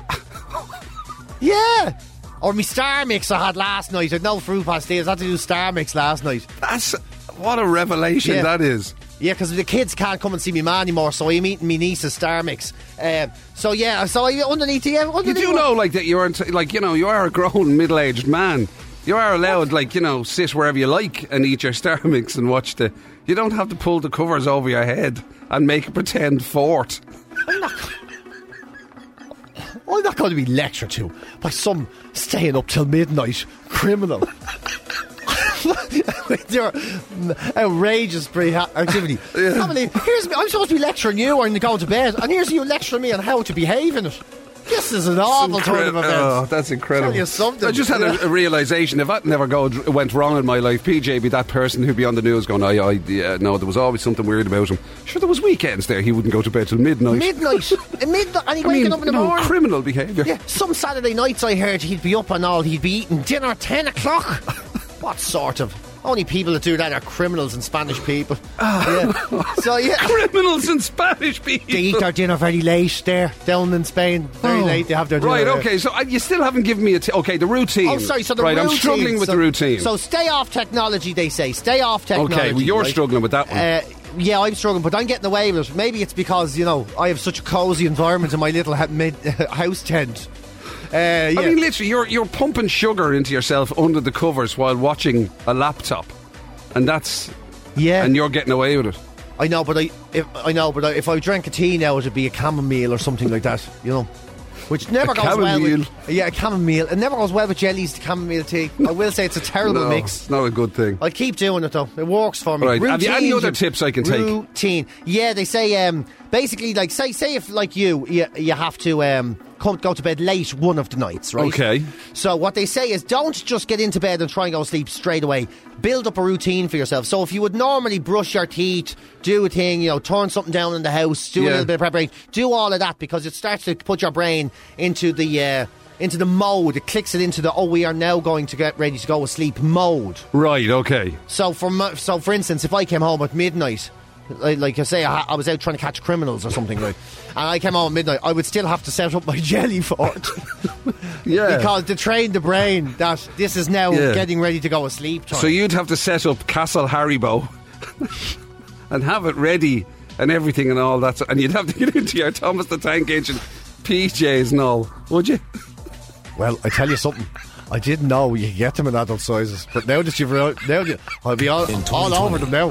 B: yeah. Or me star mix I had last night. I'd no fruit pastilles. I had to do star mix last night.
A: That's what a revelation
B: Yeah.
A: that is.
B: Yeah, because the kids can't come and see me ma anymore, so I'm eating me niece's star mix. Um, so yeah, so I underneath the
A: You
B: underneath
A: do
B: what-
A: know, like that, you're ent- like you know, you are a grown middle-aged man. You are allowed, like you know, sit wherever you like and eat your star mix and watch the. You don't have to pull the covers over your head and make a pretend fort.
B: I'm not going to be lectured to by some staying up till midnight criminal. With your outrageous uh, pre activity. I believe- here's me, I'm supposed to be lecturing you on going to bed, and here's you lecturing me on how to behave in it. This is an awful turn of
A: Incre-
B: events.
A: Oh, that's incredible.
B: Tell you something.
A: I just had a, a realization if that never go, went wrong in my life, PJ be that person who'd be on the news going, I, I, yeah, no, there was always something weird about him. Sure, there was weekends there. He wouldn't go to bed till midnight.
B: midnight. At midnight, and he
A: I
B: waking
A: mean,
B: up in the
A: no,
B: morning.
A: criminal behaviour.
B: Yeah, some Saturday nights I heard he'd be up and all, he'd be eating dinner at 10 o'clock. what sort of? Only people that do that are criminals and Spanish people. yeah. So, yeah.
A: Criminals and Spanish people.
B: Ah. They eat their dinner very late there, down in Spain. Very late, they have their dinner.
A: Right,
B: there.
A: okay, so uh, you still haven't given me a. T- okay, the routine.
B: Oh, sorry, so the
A: Right,
B: routine.
A: I'm struggling with
B: so,
A: the routine.
B: So stay off technology, they say. Stay off technology.
A: okay, well, you're
B: right?
A: struggling with that one.
B: Uh, yeah, I'm struggling, but I'm getting away with it. Maybe it's because, you know, I have such a cosy environment in my little ha- mid- house tent. Uh, yeah.
A: I mean, literally, you're you're pumping sugar into yourself under the covers while watching a laptop, and that's
B: yeah.
A: and you're getting away with it.
B: I know, but I if I know, but I, if I drank a tea now, it'd be a chamomile or something like that, you know. Which never
A: A
B: goes well with
A: chamomile.
B: yeah, a chamomile. It never goes well with jellies to chamomile tea. I will say it's a terrible
A: No,
B: mix.
A: It's not a good thing.
B: I keep doing it though. It works for me.
A: Right, have you any
B: Routine,
A: other
B: Jim.
A: tips I can take?
B: Routine. Yeah, they say um, basically like say say if like you you, you have to um, come go to bed late one of the nights, right?
A: Okay.
B: So what they say is don't just get into bed and try and go to sleep straight away. Build up a routine for yourself. So if you would normally brush your teeth, do a thing, you know, turn something down in the house, do
A: Yeah.
B: a little bit of preparation, do all of that because it starts to put your brain into the uh, into the mode. It clicks it into the oh, we are now going to get ready to go asleep mode.
A: Right, okay.
B: So for mu- so for instance, if I came home at midnight, like, like I say, I, I was out trying to catch criminals or something, right? And I came home at midnight, I would still have to set up my jelly fort
A: Yeah.
B: because to train the brain that this is now
A: Yeah.
B: getting ready to go asleep. Time.
A: So you'd have to set up Castle Haribo and have it ready and everything and all that. And you'd have to get into your Thomas the Tank Engine PJs and all, would you?
C: Well, I tell you something. I didn't know you could get them in adult sizes, but now that you've real now that- I'll be all,
F: In
C: all
F: 2020,
C: over them now.